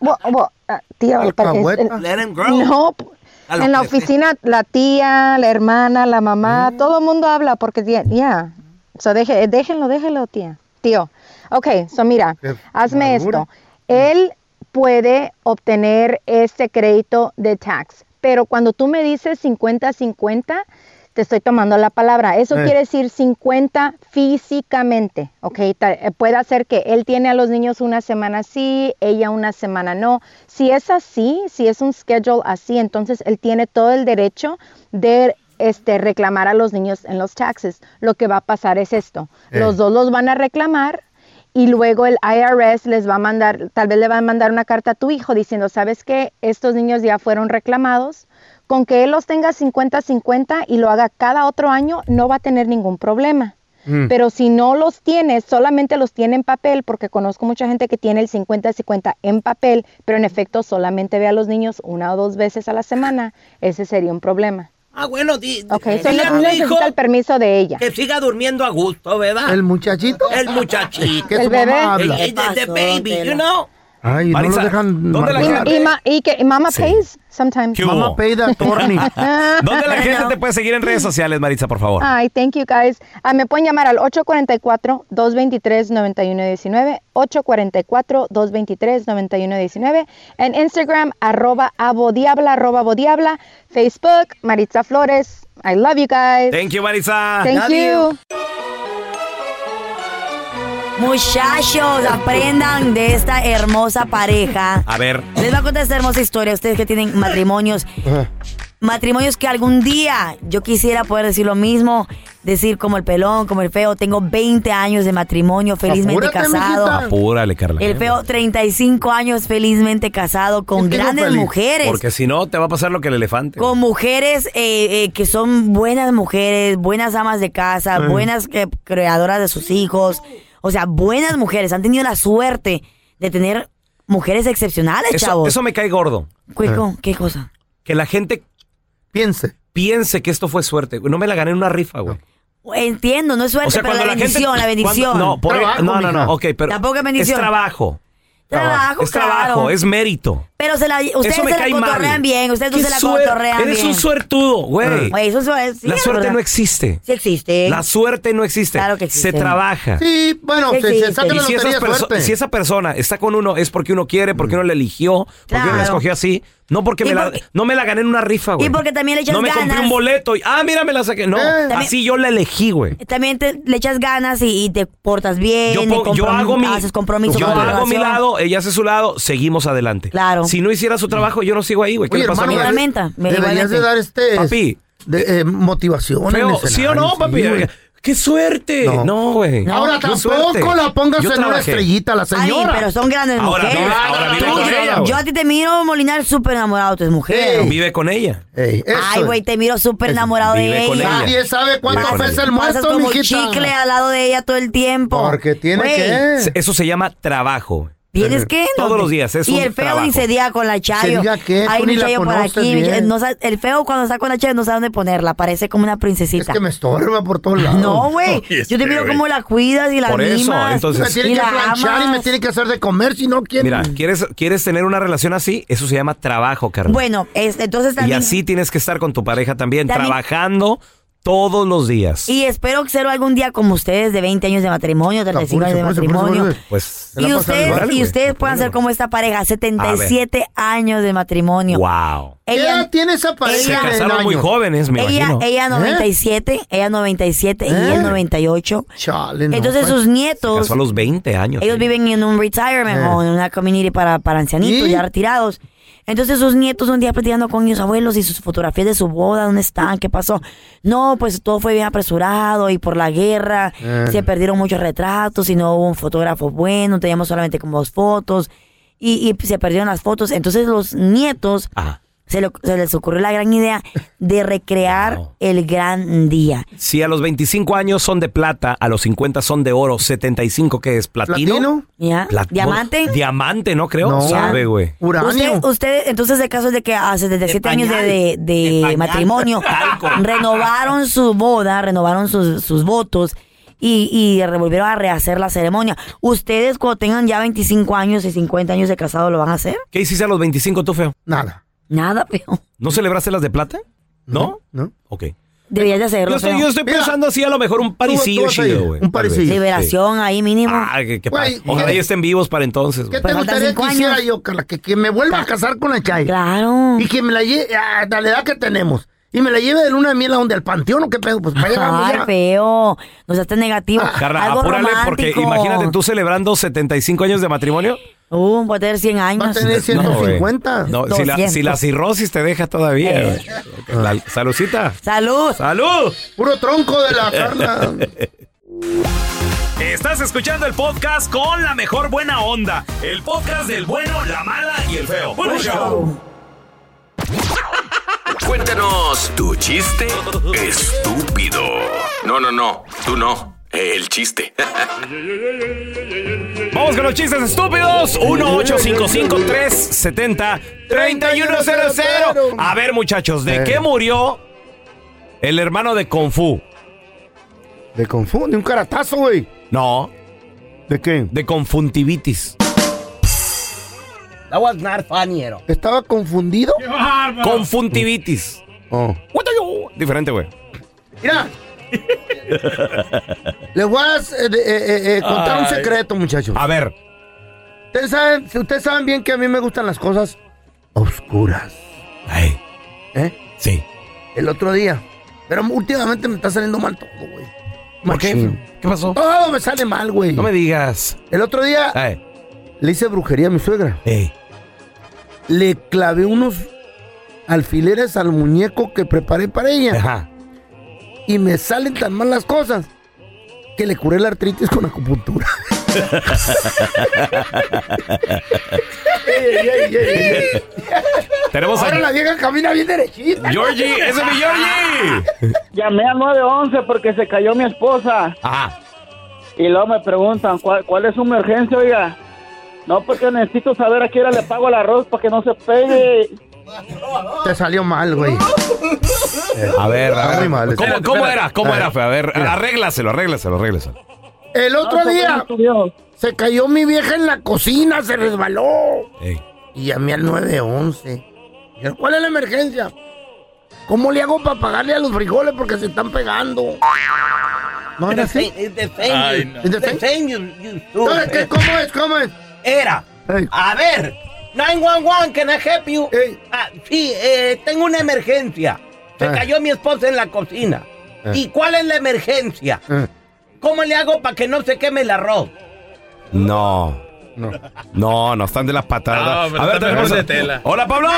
[SPEAKER 15] Bo- bo- ah, tío, porque-
[SPEAKER 2] Alcahueta.
[SPEAKER 15] el-
[SPEAKER 2] Let him grow.
[SPEAKER 15] No, p-
[SPEAKER 2] A lo
[SPEAKER 15] en la
[SPEAKER 2] que sea.
[SPEAKER 15] oficina la tía, la hermana, la mamá, todo el mundo habla porque ya, yeah. so deje- déjenlo, déjenlo, tía, tío. Ok, so mira,
[SPEAKER 25] Qué
[SPEAKER 15] hazme
[SPEAKER 25] bravura.
[SPEAKER 15] esto. Él puede obtener este crédito de tax, pero cuando tú me dices 50-50, te estoy tomando la palabra. Eso
[SPEAKER 25] Eh.
[SPEAKER 15] quiere decir 50 físicamente, ¿ok? Ta- eh, Puede hacer que él tiene a los niños una semana sí, ella una semana no. Si es así, si es un schedule así, entonces él tiene todo el derecho de este, reclamar a los niños en los taxes. Lo que va a pasar es esto.
[SPEAKER 26] Eh.
[SPEAKER 15] Los dos los van a reclamar y luego el IRS les va a mandar, tal vez le va a mandar una carta a tu hijo diciendo, ¿sabes qué? Estos niños ya fueron reclamados. Con que él los tenga 50-50 y lo haga cada otro año, no va a tener ningún problema.
[SPEAKER 25] Mm.
[SPEAKER 15] Pero si no los tiene, solamente los tiene en papel, porque conozco mucha gente que tiene el 50-50 en papel, pero en efecto solamente ve a los niños una o dos veces a la semana, ese sería un problema.
[SPEAKER 4] Ah, bueno, di, di-
[SPEAKER 15] Ok, eso
[SPEAKER 4] dile
[SPEAKER 15] no
[SPEAKER 4] a
[SPEAKER 15] no
[SPEAKER 4] mi
[SPEAKER 15] necesita
[SPEAKER 4] hijo
[SPEAKER 15] el permiso de ella.
[SPEAKER 4] que siga durmiendo a gusto, ¿verdad?
[SPEAKER 2] ¿El muchachito?
[SPEAKER 4] El muchachito.
[SPEAKER 2] Que su El mamá bebé. habla.
[SPEAKER 4] El, el- the
[SPEAKER 2] Pasó,
[SPEAKER 4] baby,
[SPEAKER 2] tela.
[SPEAKER 4] you know.
[SPEAKER 2] Ay, no
[SPEAKER 1] Marisa,
[SPEAKER 2] lo dejan.
[SPEAKER 1] ¿dónde la
[SPEAKER 2] marcar.
[SPEAKER 1] gente-
[SPEAKER 15] Y, ma- y que y mama pays sometimes.
[SPEAKER 1] ¿Qué hubo? Mama pay the attorney. <laughs>
[SPEAKER 15] <laughs>
[SPEAKER 1] ¿Dónde la gente te puede seguir en redes sociales, Maritza, por favor?
[SPEAKER 15] Ay, thank you guys. Ah, me pueden llamar al 844-223-9119, 844-223-9119, en Instagram, arroba abodiabla, arroba abodiabla, Facebook, Maritza Flores. I love you guys.
[SPEAKER 1] Thank you, Maritza.
[SPEAKER 15] Thank you.
[SPEAKER 13] Muchachos, aprendan de esta hermosa pareja.
[SPEAKER 1] A ver.
[SPEAKER 13] Les va a contar esta hermosa historia a ustedes que tienen matrimonios. matrimonios que algún día yo quisiera poder decir lo mismo, decir como el pelón, como el feo, tengo 20 años de matrimonio, felizmente
[SPEAKER 1] Apúrate,
[SPEAKER 13] casado.
[SPEAKER 1] mijita. Apúrale, Carla.
[SPEAKER 13] El feo, 35 años felizmente casado con grandes mujeres.
[SPEAKER 1] Porque si no, te va a pasar lo que el elefante.
[SPEAKER 13] Con mujeres eh, eh, que son buenas mujeres, buenas amas de casa,
[SPEAKER 1] Mm.
[SPEAKER 13] buenas eh, creadoras de sus hijos. O sea, buenas mujeres. Han tenido la suerte de tener mujeres excepcionales,
[SPEAKER 1] Eso,
[SPEAKER 13] chavos.
[SPEAKER 1] eso Ah. me cae gordo.
[SPEAKER 13] Cuico, ¿qué cosa?
[SPEAKER 1] Que la gente
[SPEAKER 2] piense.
[SPEAKER 1] Eh. Piense que esto fue suerte. No me la gané en una rifa, güey.
[SPEAKER 13] Entiendo, no es suerte,
[SPEAKER 1] O sea,
[SPEAKER 13] pero
[SPEAKER 1] cuando
[SPEAKER 13] la
[SPEAKER 1] la, gente.
[SPEAKER 13] bendición, la bendición.
[SPEAKER 1] cuando- no, por- no, no, no. Ok, pero.
[SPEAKER 13] Tampoco es bendición.
[SPEAKER 1] Es trabajo.
[SPEAKER 13] Trabajo,
[SPEAKER 1] Es trabajo,
[SPEAKER 13] claro.
[SPEAKER 1] es mérito.
[SPEAKER 13] Pero se la, ustedes
[SPEAKER 1] Eso me
[SPEAKER 13] se la
[SPEAKER 1] cae mal.
[SPEAKER 13] cotorrean bien, ustedes no
[SPEAKER 1] Qué
[SPEAKER 13] se la
[SPEAKER 1] suer-
[SPEAKER 13] cotorrean
[SPEAKER 1] Eres
[SPEAKER 13] bien.
[SPEAKER 1] un suertudo, güey.
[SPEAKER 13] Güey, eso es- sí,
[SPEAKER 1] la
[SPEAKER 13] es
[SPEAKER 1] suerte
[SPEAKER 13] verdad.
[SPEAKER 1] no existe.
[SPEAKER 13] Sí existe.
[SPEAKER 1] La suerte no existe.
[SPEAKER 13] Claro que existe.
[SPEAKER 1] Se trabaja.
[SPEAKER 2] Sí, bueno,
[SPEAKER 13] Sí
[SPEAKER 2] se- se
[SPEAKER 13] existe.
[SPEAKER 2] saca
[SPEAKER 1] Y
[SPEAKER 2] la
[SPEAKER 1] si,
[SPEAKER 2] lotería
[SPEAKER 1] esas
[SPEAKER 2] de
[SPEAKER 1] perso-
[SPEAKER 2] suerte.
[SPEAKER 1] si esa persona está con uno es porque uno quiere, porque uno le eligió, porque uno
[SPEAKER 13] Claro.
[SPEAKER 1] la escogió así. No porque,
[SPEAKER 13] Y
[SPEAKER 1] me
[SPEAKER 13] porque-
[SPEAKER 1] La, no me la gané en una rifa, güey.
[SPEAKER 13] Y porque también le echas
[SPEAKER 1] No me
[SPEAKER 13] ganas.
[SPEAKER 1] compré un boleto y, ah, mira, me la saqué. No,
[SPEAKER 13] Eh. También-
[SPEAKER 1] así yo la elegí, güey.
[SPEAKER 13] También te, le echas ganas y, y te portas bien.
[SPEAKER 1] Yo,
[SPEAKER 13] y
[SPEAKER 1] po- yo
[SPEAKER 13] comprom-
[SPEAKER 1] hago mi,
[SPEAKER 13] haces compromiso
[SPEAKER 1] yo
[SPEAKER 13] con la
[SPEAKER 1] hago mi
[SPEAKER 13] relación.
[SPEAKER 1] lado, ella hace su lado, seguimos adelante.
[SPEAKER 13] Claro.
[SPEAKER 1] Si no hiciera su trabajo, yo no sigo ahí, güey. ¿Qué
[SPEAKER 2] Oye,
[SPEAKER 1] le pasó
[SPEAKER 2] hermano,
[SPEAKER 1] a mi-
[SPEAKER 13] Lamenta, me-
[SPEAKER 2] Deberías de
[SPEAKER 13] igualmente.
[SPEAKER 2] dar este...
[SPEAKER 1] Papi.
[SPEAKER 2] De, eh, motivación. en
[SPEAKER 1] Feo,
[SPEAKER 2] el
[SPEAKER 1] ¿sí o no,
[SPEAKER 2] escenario,
[SPEAKER 1] papi?
[SPEAKER 2] sí, güey.
[SPEAKER 1] ¡Qué suerte! No, güey.
[SPEAKER 2] Ahora
[SPEAKER 1] No, qué
[SPEAKER 2] tampoco
[SPEAKER 1] suerte.
[SPEAKER 2] la pongas
[SPEAKER 1] Yo
[SPEAKER 2] en una
[SPEAKER 1] trabajé.
[SPEAKER 2] estrellita, la señora.
[SPEAKER 13] Ay, pero son grandes
[SPEAKER 1] Ahora
[SPEAKER 13] mujeres.
[SPEAKER 1] vive- ahora vive
[SPEAKER 13] Tú,
[SPEAKER 1] con ella, güey.
[SPEAKER 13] yo a ti te miro, Molinar, súper enamorado. Tú es mujer.
[SPEAKER 1] Vive con ella.
[SPEAKER 13] Ay, güey, te miro súper enamorado de
[SPEAKER 1] Vive
[SPEAKER 13] ella.
[SPEAKER 1] con ella. Nadie
[SPEAKER 2] sabe
[SPEAKER 1] cuánto pesa el
[SPEAKER 13] Pasas
[SPEAKER 2] muerto,
[SPEAKER 13] como
[SPEAKER 2] mijita.
[SPEAKER 13] chicle al lado de ella todo el tiempo.
[SPEAKER 2] Porque tiene
[SPEAKER 13] Güey,
[SPEAKER 1] Se- Eso se llama trabajo.
[SPEAKER 13] Tienes que.
[SPEAKER 1] Todos
[SPEAKER 13] ¿dónde?
[SPEAKER 1] los días, es
[SPEAKER 13] Y
[SPEAKER 1] un
[SPEAKER 13] el feo
[SPEAKER 1] trabajo.
[SPEAKER 13] ni se diga con la Chayo.
[SPEAKER 1] ¿Se diga qué?
[SPEAKER 13] Ay,
[SPEAKER 1] Tú
[SPEAKER 13] mi
[SPEAKER 1] ni la
[SPEAKER 13] Chayo por
[SPEAKER 1] conoces
[SPEAKER 13] aquí. mi
[SPEAKER 1] bien.
[SPEAKER 13] Chayo- no sabe- el feo cuando está con la Chayo no sabe dónde ponerla. Parece como una princesita.
[SPEAKER 2] Que me estorba por todos lados.
[SPEAKER 13] No,
[SPEAKER 1] <laughs>
[SPEAKER 13] güey.
[SPEAKER 2] Oye,
[SPEAKER 13] Yo te
[SPEAKER 2] este,
[SPEAKER 13] miro
[SPEAKER 2] güey.
[SPEAKER 13] cómo la cuidas y la
[SPEAKER 1] Por eso,
[SPEAKER 13] mimas.
[SPEAKER 1] entonces-
[SPEAKER 2] Me tiene
[SPEAKER 13] y
[SPEAKER 2] que
[SPEAKER 13] la
[SPEAKER 2] planchar y me
[SPEAKER 13] amas.
[SPEAKER 2] tiene que hacer de comer, si no, ¿quién?
[SPEAKER 13] Mm.
[SPEAKER 1] Mira, ¿quieres, ¿quieres tener una relación así? Eso se llama trabajo, Carla.
[SPEAKER 13] Bueno, este, entonces
[SPEAKER 1] y
[SPEAKER 13] también.
[SPEAKER 1] así tienes que estar con tu pareja también,
[SPEAKER 13] También-
[SPEAKER 1] trabajando todos los días.
[SPEAKER 13] Y espero ser algún día como ustedes de 20 años de matrimonio, 35 años de matrimonio.
[SPEAKER 1] Pues,
[SPEAKER 13] Y ustedes, y ustedes puedan ser como esta pareja, 77 años de matrimonio.
[SPEAKER 1] Wow.
[SPEAKER 2] ¿Qué edad tiene esa
[SPEAKER 1] Se
[SPEAKER 2] pareja?
[SPEAKER 1] casaron muy jóvenes, me
[SPEAKER 13] ella,
[SPEAKER 1] imagino.
[SPEAKER 13] ella 97, ella 97 y
[SPEAKER 1] ¿Eh?
[SPEAKER 13] él 98.
[SPEAKER 2] Chale, no,
[SPEAKER 13] Entonces
[SPEAKER 2] pues.
[SPEAKER 13] sus
[SPEAKER 1] Se
[SPEAKER 13] nietos,
[SPEAKER 1] casó a los 20 años.
[SPEAKER 13] ellos viven en un retirement
[SPEAKER 1] Eh.
[SPEAKER 13] o en una community para, para ancianitos
[SPEAKER 1] ¿Y?
[SPEAKER 13] ya retirados. Entonces sus nietos un día platicando con ellos abuelos y sus fotografías de su boda, ¿dónde están? ¿Qué pasó? No, pues todo fue bien apresurado y por la guerra
[SPEAKER 3] Eh.
[SPEAKER 13] se perdieron muchos retratos y no hubo un fotógrafo bueno, teníamos solamente como dos fotos y, y se perdieron las fotos. Entonces los nietos se, lo- se les ocurrió la gran idea de recrear el gran día.
[SPEAKER 1] Si a los 25 años son de plata, a los 50 son de oro, 75 que es platino.
[SPEAKER 13] ¿Platino? Ya.
[SPEAKER 1] Plat-
[SPEAKER 13] ¿Diamante?
[SPEAKER 1] Diamante, ¿no creo?
[SPEAKER 13] No.
[SPEAKER 1] Sabe, güey.
[SPEAKER 13] Usted, usted, entonces, el caso es de que a 77 años de, de- de matrimonio renovaron su boda, renovaron sus, sus votos y, y volvieron a rehacer la ceremonia. ¿Ustedes cuando tengan ya 25 años y 50 años de casado lo van a hacer?
[SPEAKER 1] ¿Qué hiciste a los 25 tú, feo?
[SPEAKER 2] Nada.
[SPEAKER 13] Nada, pero
[SPEAKER 1] ¿No celebraste las de plata? ¿No?
[SPEAKER 2] No.
[SPEAKER 1] Ok.
[SPEAKER 13] deberías de
[SPEAKER 1] Yo
[SPEAKER 13] hacerlo.
[SPEAKER 1] estoy,
[SPEAKER 13] feo.
[SPEAKER 1] yo estoy pensando así a lo mejor un parecillo
[SPEAKER 2] vas a ir,
[SPEAKER 1] chido, güey.
[SPEAKER 2] un
[SPEAKER 1] tal vez.
[SPEAKER 2] parecillo.
[SPEAKER 13] Liberación ahí mínimo.
[SPEAKER 1] Ah, que, que
[SPEAKER 2] Güey,
[SPEAKER 1] pa- Ojalá
[SPEAKER 2] ¿qué-
[SPEAKER 1] ya estén vivos para entonces.
[SPEAKER 2] ¿Qué
[SPEAKER 1] güey.
[SPEAKER 2] te gustaría que hiciera yo, Carla? Que, que me vuelva a casar con la Chay.
[SPEAKER 13] Claro.
[SPEAKER 2] Y que me la lleve a a la edad que tenemos. Y me la lleve de luna de miel a donde, al panteón o qué pedo. Pues para allá. Ah.
[SPEAKER 13] Ay, feo. No seas tan negativo.
[SPEAKER 1] Carla,
[SPEAKER 13] Algo
[SPEAKER 1] apúrale porque
[SPEAKER 13] romántico.
[SPEAKER 1] imagínate tú celebrando 75 años de matrimonio.
[SPEAKER 13] Uh, voy a tener 100 años.
[SPEAKER 1] No, güey. No, si, la,
[SPEAKER 13] 200.
[SPEAKER 1] si la cirrosis te deja todavía.
[SPEAKER 13] Eh.
[SPEAKER 1] güey. La- salucita.
[SPEAKER 13] ¡Salud!
[SPEAKER 1] ¡Salud!
[SPEAKER 2] Puro tronco de la Carla.
[SPEAKER 4] <laughs>
[SPEAKER 1] <laughs> Estás escuchando el podcast con la mejor buena onda. El podcast del bueno, la mala y el feo. Bueno, show.
[SPEAKER 21] Cuéntanos tu chiste estúpido. No, no, no. Tú no. El chiste. <laughs>
[SPEAKER 1] Vamos con los chistes estúpidos. 1-855-370-3100. A ver, muchachos,
[SPEAKER 2] Eh.
[SPEAKER 1] ¿de qué murió el hermano de Kung Fu?
[SPEAKER 2] De confunde, un caratazo, güey.
[SPEAKER 1] No.
[SPEAKER 2] ¿De qué?
[SPEAKER 1] De confuntivitis.
[SPEAKER 2] That was not funny, ¿Estaba confundido?
[SPEAKER 1] Confuntivitis.
[SPEAKER 2] Oh.
[SPEAKER 1] Diferente, güey.
[SPEAKER 2] Mira, Eh, les voy a eh, de- eh, eh, eh, contar un
[SPEAKER 1] Ay.
[SPEAKER 2] secreto, muchachos.
[SPEAKER 1] A ver.
[SPEAKER 2] Ustedes saben, si ustedes saben bien que a mí me gustan las cosas Pues,
[SPEAKER 4] <laughs>
[SPEAKER 2] oscuras.
[SPEAKER 1] Ay.
[SPEAKER 2] ¿Eh?
[SPEAKER 1] Sí.
[SPEAKER 2] El otro día. Pero últimamente me está saliendo mal todo, güey.
[SPEAKER 1] ¿Por qué?
[SPEAKER 2] Machín.
[SPEAKER 1] ¿Qué pasó?
[SPEAKER 2] Todo me sale mal, güey. No me
[SPEAKER 1] digas.
[SPEAKER 2] El otro día le hice brujería a mi suegra.
[SPEAKER 1] Ey.
[SPEAKER 2] Le clavé unos alfileres al muñeco que preparé para ella. Y me salen tan mal las cosas que le curé la artritis con
[SPEAKER 1] <laughs>
[SPEAKER 2] acupuntura.
[SPEAKER 1] Tenemos
[SPEAKER 2] Ahora
[SPEAKER 1] a
[SPEAKER 2] la vieja camina bien derechita.
[SPEAKER 1] Georgie, ese es mi Georgie.
[SPEAKER 3] Llamé al 911 porque se cayó mi esposa.
[SPEAKER 1] Ajá.
[SPEAKER 3] Y luego me preguntan, ¿cuál, cuál es su emergencia, oiga? No, porque necesito saber a qué hora le pago el arroz para que no se pegue.
[SPEAKER 2] Te salió mal, güey.
[SPEAKER 1] A ver, a ver.
[SPEAKER 2] muy mal,
[SPEAKER 1] ¿Cómo,
[SPEAKER 2] espérate,
[SPEAKER 1] cómo
[SPEAKER 2] espérate.
[SPEAKER 1] era? ¿Cómo
[SPEAKER 2] A
[SPEAKER 1] era?
[SPEAKER 2] ver,
[SPEAKER 1] Fe? A ver,
[SPEAKER 2] mira.
[SPEAKER 1] arréglaselo, arréglaselo, arréglaselo.
[SPEAKER 2] El otro
[SPEAKER 3] No,
[SPEAKER 2] día se cayó mi vieja en la cocina, se resbaló. Y llamé al 911. Yo, ¿Cuál es la emergencia? ¿Cómo le hago para pagarle a los frijoles porque se están pegando? ¿No era así?
[SPEAKER 4] Ay, no.
[SPEAKER 2] ¿Es de fe- Entonces, ¿qué? ¿Cómo es? ¿Cómo es?
[SPEAKER 4] Era. A ver, 911, can I help you? Ah, sí, eh, tengo una emergencia. Se
[SPEAKER 2] Eh.
[SPEAKER 4] cayó mi esposa en la cocina.
[SPEAKER 2] Eh.
[SPEAKER 4] ¿Y cuál es la emergencia?
[SPEAKER 2] Eh.
[SPEAKER 4] ¿Cómo le hago para que no se queme el arroz?
[SPEAKER 1] No. No. No, no están de las patadas. a ver, tenemos a- Hola, Pablo.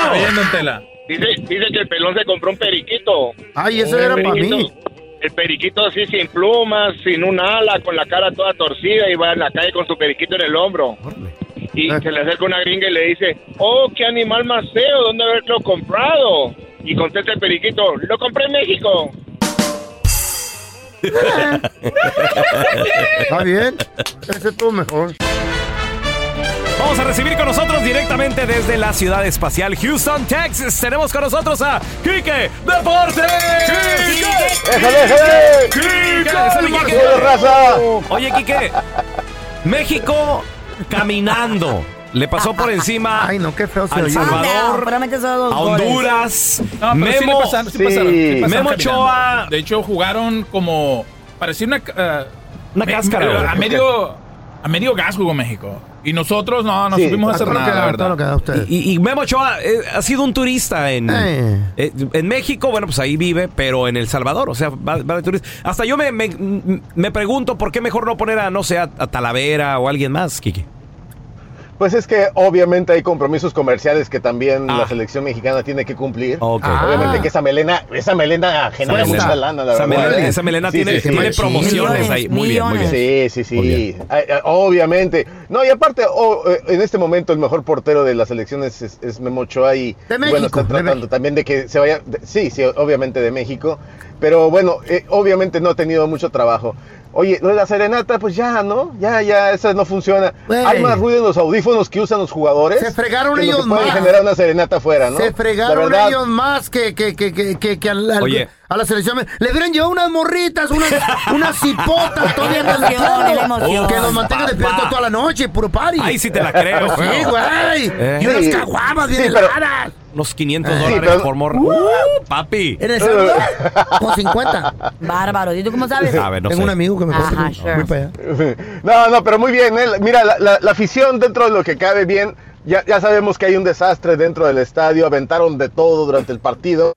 [SPEAKER 5] Dice, dice que el pelón se compró un periquito.
[SPEAKER 2] Ay, ese
[SPEAKER 5] El
[SPEAKER 2] era para
[SPEAKER 5] periquito-
[SPEAKER 2] mí.
[SPEAKER 5] El periquito así sin plumas, sin un ala, con la cara toda torcida y va en la calle con su periquito en el hombro. Y se le acerca una gringa y le dice, oh, qué animal más feo, ¿dónde haberlo comprado? Y contesta el periquito, lo compré en México.
[SPEAKER 2] <laughs> Está bien. Ese estuvo mejor.
[SPEAKER 1] Vamos a recibir con nosotros directamente desde la ciudad espacial Houston, Texas. Tenemos con nosotros a Quique Deportes.
[SPEAKER 6] ¡Déjale, déjale!
[SPEAKER 1] Quique, ese mi Quique.
[SPEAKER 6] ¡Saludos, raza!
[SPEAKER 1] Oye, Quique, México caminando. Le pasó por encima Ay,
[SPEAKER 2] no, qué feo
[SPEAKER 1] a El Salvador,
[SPEAKER 13] Solamente solo dos
[SPEAKER 1] a
[SPEAKER 13] goles.
[SPEAKER 1] Honduras,
[SPEAKER 7] No, pero sí le
[SPEAKER 1] Memo,
[SPEAKER 7] pasaron, sí pasaron, sí pasaron caminando.
[SPEAKER 1] Memo Ochoa.
[SPEAKER 7] De hecho, jugaron como. Parecía una. eh,
[SPEAKER 1] Una
[SPEAKER 7] me-
[SPEAKER 1] cáscara,
[SPEAKER 7] me-
[SPEAKER 1] güey.
[SPEAKER 7] a, medio, a medio gas jugó México. Y nosotros no, no supimos hacer nada, la verdad.
[SPEAKER 1] Y, y Memo Ochoa eh, ha sido un turista en, eh, en México, bueno, pues ahí vive, pero en El Salvador, o sea, va, va de turista. Hasta yo me, me, me pregunto por qué mejor no poner a, no sé, a, a Talavera o alguien más, Quique.
[SPEAKER 6] Pues es que obviamente hay compromisos comerciales que también la selección mexicana tiene que cumplir. Obviamente
[SPEAKER 1] Ah.
[SPEAKER 6] que esa melena, esa melena genera
[SPEAKER 1] Cuesta.
[SPEAKER 6] mucha lana, la
[SPEAKER 1] Esa
[SPEAKER 6] verdad.
[SPEAKER 1] melena- esa melena tiene- tiene promociones ahí. Muy bien, muy bien.
[SPEAKER 6] Sí, sí,
[SPEAKER 1] Muy
[SPEAKER 6] sí.
[SPEAKER 1] bien.
[SPEAKER 6] Ay, ay, Ah, eh, Obviamente. No, y aparte, oh, eh, en este momento el mejor portero de las selecciones es, es Memo Ochoa y bueno,
[SPEAKER 2] México,
[SPEAKER 6] están tratando también de que se vaya. de- sí, sí, obviamente de México. Pero bueno, eh, obviamente no ha tenido mucho trabajo. Oye, lo de la serenata, pues ya, ¿no? Ya, ya, esa no funciona.
[SPEAKER 2] Güey.
[SPEAKER 6] Hay más ruido en los audífonos que usan los jugadores.
[SPEAKER 2] Se fregaron
[SPEAKER 6] que lo que
[SPEAKER 2] ellos
[SPEAKER 6] pueden
[SPEAKER 2] más.
[SPEAKER 6] generar una serenata afuera, ¿no?
[SPEAKER 2] Se
[SPEAKER 6] La
[SPEAKER 2] fregaron
[SPEAKER 6] verdad,
[SPEAKER 2] ellos más que, que, que, que, que, que al- al-
[SPEAKER 6] Oye.
[SPEAKER 2] a la selección. Le hubieran llevado unas morritas,
[SPEAKER 1] <laughs>
[SPEAKER 2] unas, unas cipotas todavía
[SPEAKER 13] La emoción,
[SPEAKER 2] cantando,
[SPEAKER 13] la emoción.
[SPEAKER 2] Que los mantengan
[SPEAKER 13] Papá.
[SPEAKER 2] despiertos toda la noche, puro party.
[SPEAKER 1] Ahí sí te la creo,
[SPEAKER 2] Sí,
[SPEAKER 1] feo.
[SPEAKER 2] güey.
[SPEAKER 1] Eh.
[SPEAKER 2] Y unas
[SPEAKER 1] Sí.
[SPEAKER 2] caguamas bien
[SPEAKER 1] Sí, pero-
[SPEAKER 2] heladas.
[SPEAKER 1] Unos 500
[SPEAKER 2] Sí,
[SPEAKER 1] dólares
[SPEAKER 2] pero- ¡Uh!
[SPEAKER 1] por morro. ¡Uh, papi.
[SPEAKER 2] ¿En El Salvador? Con 50.
[SPEAKER 13] Bárbaro. ¿Y tú cómo sabes?
[SPEAKER 1] A ver, no
[SPEAKER 6] Tengo
[SPEAKER 1] sé.
[SPEAKER 6] un amigo que me
[SPEAKER 13] Ajá,
[SPEAKER 6] cuenta.
[SPEAKER 13] sure.
[SPEAKER 6] Voy No, no, pero muy bien. ¿eh? Mira, la, la- la afición dentro de lo que cabe bien, ya, ya sabemos que hay un desastre dentro del estadio, aventaron de todo durante el partido.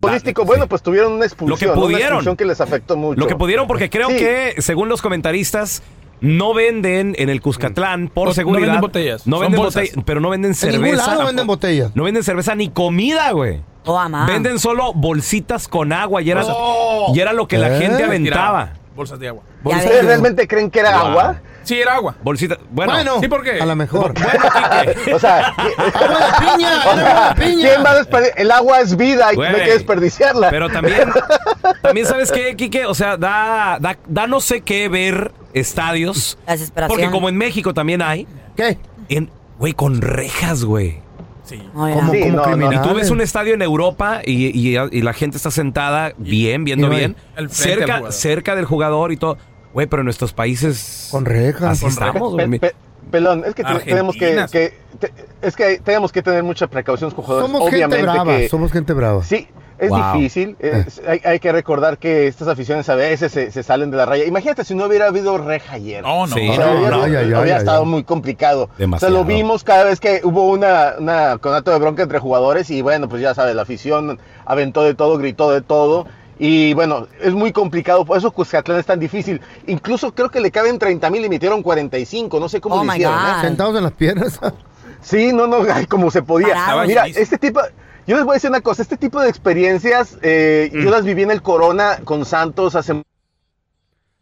[SPEAKER 6] Político, bueno, pues tuvieron una expulsión. ¿no? Una
[SPEAKER 1] pudieron.
[SPEAKER 6] expulsión que les afectó mucho.
[SPEAKER 1] Lo que
[SPEAKER 6] <laughs>
[SPEAKER 1] pudieron, porque creo
[SPEAKER 6] Sí.
[SPEAKER 1] que, según los comentaristas, no venden en el Cuscatlán por
[SPEAKER 6] No- no
[SPEAKER 1] seguridad.
[SPEAKER 6] venden botellas,
[SPEAKER 1] No
[SPEAKER 6] son
[SPEAKER 1] venden
[SPEAKER 6] bolsas.
[SPEAKER 1] botellas, pero no venden
[SPEAKER 2] En
[SPEAKER 1] cerveza.
[SPEAKER 2] ningún lado
[SPEAKER 1] tampoco.
[SPEAKER 2] venden botellas.
[SPEAKER 1] No venden cerveza ni comida, güey.
[SPEAKER 13] Oh, amá.
[SPEAKER 1] Venden solo bolsitas con agua y era,
[SPEAKER 6] Oh.
[SPEAKER 1] y era lo que la
[SPEAKER 6] ¿Eh?
[SPEAKER 1] gente aventaba.
[SPEAKER 6] Tiraba.
[SPEAKER 7] Bolsas de agua.
[SPEAKER 1] Bolsas
[SPEAKER 6] ¿Ustedes
[SPEAKER 1] de-
[SPEAKER 6] realmente creen que era
[SPEAKER 1] Wow.
[SPEAKER 6] agua?
[SPEAKER 7] Sí, era agua.
[SPEAKER 1] Bolsita, bueno,
[SPEAKER 6] Bueno,
[SPEAKER 1] sí, ¿por qué?
[SPEAKER 6] a
[SPEAKER 2] lo
[SPEAKER 1] <laughs>
[SPEAKER 2] mejor.
[SPEAKER 6] <laughs> o sea, <laughs>
[SPEAKER 2] piña,
[SPEAKER 6] o sea, ¿quién va a desperdi- El agua es vida y no hay
[SPEAKER 1] Güey.
[SPEAKER 6] que desperdiciarla.
[SPEAKER 1] Pero también,
[SPEAKER 6] <laughs>
[SPEAKER 1] también sabes qué, Quique, o sea, da, da, da no sé qué ver estadios.
[SPEAKER 13] La desesperación.
[SPEAKER 1] Porque como en México también hay.
[SPEAKER 2] ¿Qué?
[SPEAKER 1] En, güey, con rejas, güey.
[SPEAKER 7] Sí.
[SPEAKER 1] Como-
[SPEAKER 6] Sí,
[SPEAKER 1] como
[SPEAKER 6] no,
[SPEAKER 1] criminal.
[SPEAKER 6] no.
[SPEAKER 1] Y tú ves un estadio en Europa y, y- y la gente está sentada bien, viendo
[SPEAKER 6] y no hay-
[SPEAKER 1] bien,
[SPEAKER 6] al frente del
[SPEAKER 1] cerca,
[SPEAKER 6] jugador.
[SPEAKER 1] cerca del jugador y todo. Güey, pero en nuestros países... Con
[SPEAKER 2] rejas.
[SPEAKER 1] Así estamos, güey.
[SPEAKER 6] Pe- pe- Pelón, es que te- tenemos que,
[SPEAKER 1] Argentinas.
[SPEAKER 6] que- te- es que tenemos que tener mucha precaución con jugadores.
[SPEAKER 2] Somos gente
[SPEAKER 6] pues, Obviamente
[SPEAKER 2] brava,
[SPEAKER 6] que
[SPEAKER 2] somos gente brava.
[SPEAKER 6] Sí, es
[SPEAKER 2] Wow.
[SPEAKER 1] <laughs>
[SPEAKER 6] difícil. es- hay, hay que recordar que estas aficiones a veces se, se salen de la raya. Imagínate si no hubiera habido reja ayer.
[SPEAKER 1] No, no. Sí,
[SPEAKER 6] O sea,
[SPEAKER 1] no,
[SPEAKER 6] hubiera-
[SPEAKER 1] no,
[SPEAKER 6] hubiera
[SPEAKER 1] ya, ya, ya,
[SPEAKER 6] estado
[SPEAKER 1] ya.
[SPEAKER 6] muy complicado.
[SPEAKER 1] Demasiado.
[SPEAKER 6] O sea, lo vimos cada vez que hubo una, una conato de bronca entre jugadores y bueno, pues ya sabes, la afición aventó de todo, gritó de todo. Y bueno, es muy complicado, por eso Cuscatlán es tan difícil. Incluso creo que le caben 30 mil y metieron 45, no sé cómo
[SPEAKER 2] Oh,
[SPEAKER 6] lo
[SPEAKER 2] my
[SPEAKER 6] hicieron.
[SPEAKER 2] God.
[SPEAKER 6] ¿eh?
[SPEAKER 2] Sentados en las piernas. <laughs>
[SPEAKER 6] Sí, no, no, ay, como se podía.
[SPEAKER 2] Parados.
[SPEAKER 6] Mira, este tipo, Yo les voy a decir una cosa, este tipo de experiencias eh,
[SPEAKER 2] Mm.
[SPEAKER 6] yo las viví en el Corona con Santos hace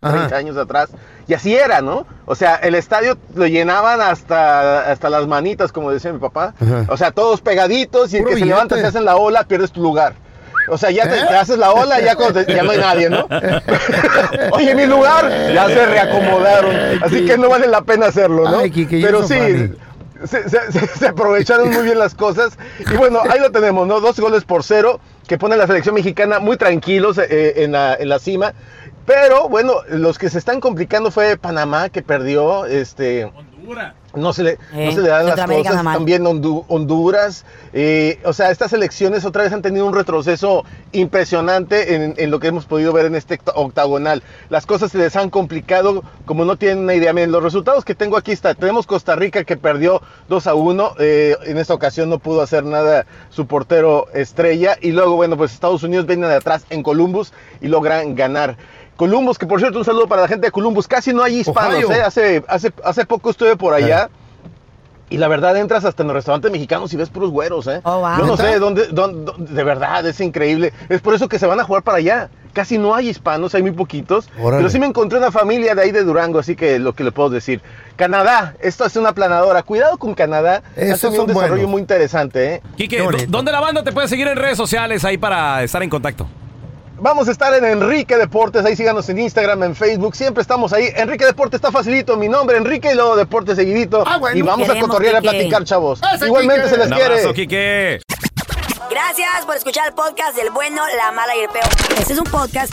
[SPEAKER 6] 30 años atrás. Y así era, ¿no? O sea, el estadio lo llenaban hasta, hasta las manitas, como decía mi papá. O sea, todos pegaditos y el que
[SPEAKER 2] Puro
[SPEAKER 6] se levanta,
[SPEAKER 2] billete. ¿Eh?
[SPEAKER 6] se hacen la ola, pierdes tu lugar. O sea, ya te,
[SPEAKER 1] ¿Eh?
[SPEAKER 6] te haces la ola, ya, cuando te- ya no hay
[SPEAKER 2] <laughs>
[SPEAKER 1] <laughs>
[SPEAKER 6] nadie, ¿no? Oye, mi lugar, ya se reacomodaron. Así que no vale la pena hacerlo, ¿no?
[SPEAKER 2] Eh, Ay, Kike, ya
[SPEAKER 6] Pero
[SPEAKER 2] hizo
[SPEAKER 6] sí,
[SPEAKER 2] Fanny.
[SPEAKER 6] se, se- se- se aprovecharon muy bien las cosas. Y bueno, ahí lo tenemos, ¿no? Dos goles por cero que pone a la selección mexicana muy tranquilos eh, en, la, en la cima. Pero bueno, los que se están complicando fue Panamá, que perdió. Este, No se, le, no
[SPEAKER 13] Eh,
[SPEAKER 6] se le dan las
[SPEAKER 13] Centroamérica
[SPEAKER 6] cosas.
[SPEAKER 13] está mal.
[SPEAKER 6] También Hondu- Honduras. eh, o sea, estas elecciones otra vez han tenido un retroceso impresionante en, en lo que hemos podido ver en este oct- octagonal. Las cosas se les han complicado como no tienen una idea. Miren, los resultados que tengo aquí está. Tenemos Costa Rica que perdió 2 a 1. eh, en esta ocasión no pudo hacer nada su portero estrella. Y luego, bueno, pues Estados Unidos viene de atrás en Columbus y logran ganar. Columbus, que por cierto, un saludo para la gente de Columbus. Casi no hay hispanos,
[SPEAKER 2] Ohio.
[SPEAKER 6] ¿eh? Hace, hace, hace poco estuve por allá. Y la verdad, entras hasta en los restaurantes mexicanos y ves puros güeros, ¿eh?
[SPEAKER 13] Oh,
[SPEAKER 6] Yo no sé dónde, dónde- dónde- de verdad, es increíble. Es por eso que se van a jugar para allá. Casi no hay hispanos, hay muy poquitos.
[SPEAKER 2] Órale.
[SPEAKER 6] Pero sí me encontré una familia de ahí de Durango, así que lo que le puedo decir. Canadá, esto es una planadora. Cuidado con Canadá.
[SPEAKER 1] Esos
[SPEAKER 6] ha tenido un
[SPEAKER 1] son
[SPEAKER 6] desarrollo
[SPEAKER 1] buenos.
[SPEAKER 6] muy interesante, ¿eh?
[SPEAKER 1] Quique, ¿dó- ¿dónde la banda te puede seguir en redes sociales ahí para estar en contacto?
[SPEAKER 6] Vamos a estar en Enrique Deportes, ahí síganos en Instagram, en Facebook, siempre estamos ahí. Enrique Deportes está facilito, mi nombre, Enrique y luego Deportes seguidito. y vamos a
[SPEAKER 13] Ah, Queremos,
[SPEAKER 6] cotorrear y a
[SPEAKER 13] Quique.
[SPEAKER 6] platicar, chavos.
[SPEAKER 13] Ese
[SPEAKER 6] Igualmente
[SPEAKER 13] Quique.
[SPEAKER 6] se les
[SPEAKER 1] Un
[SPEAKER 6] quiere.
[SPEAKER 1] abrazo, Quique.
[SPEAKER 13] Gracias por escuchar el podcast del bueno, la mala y el peor. Este es un podcast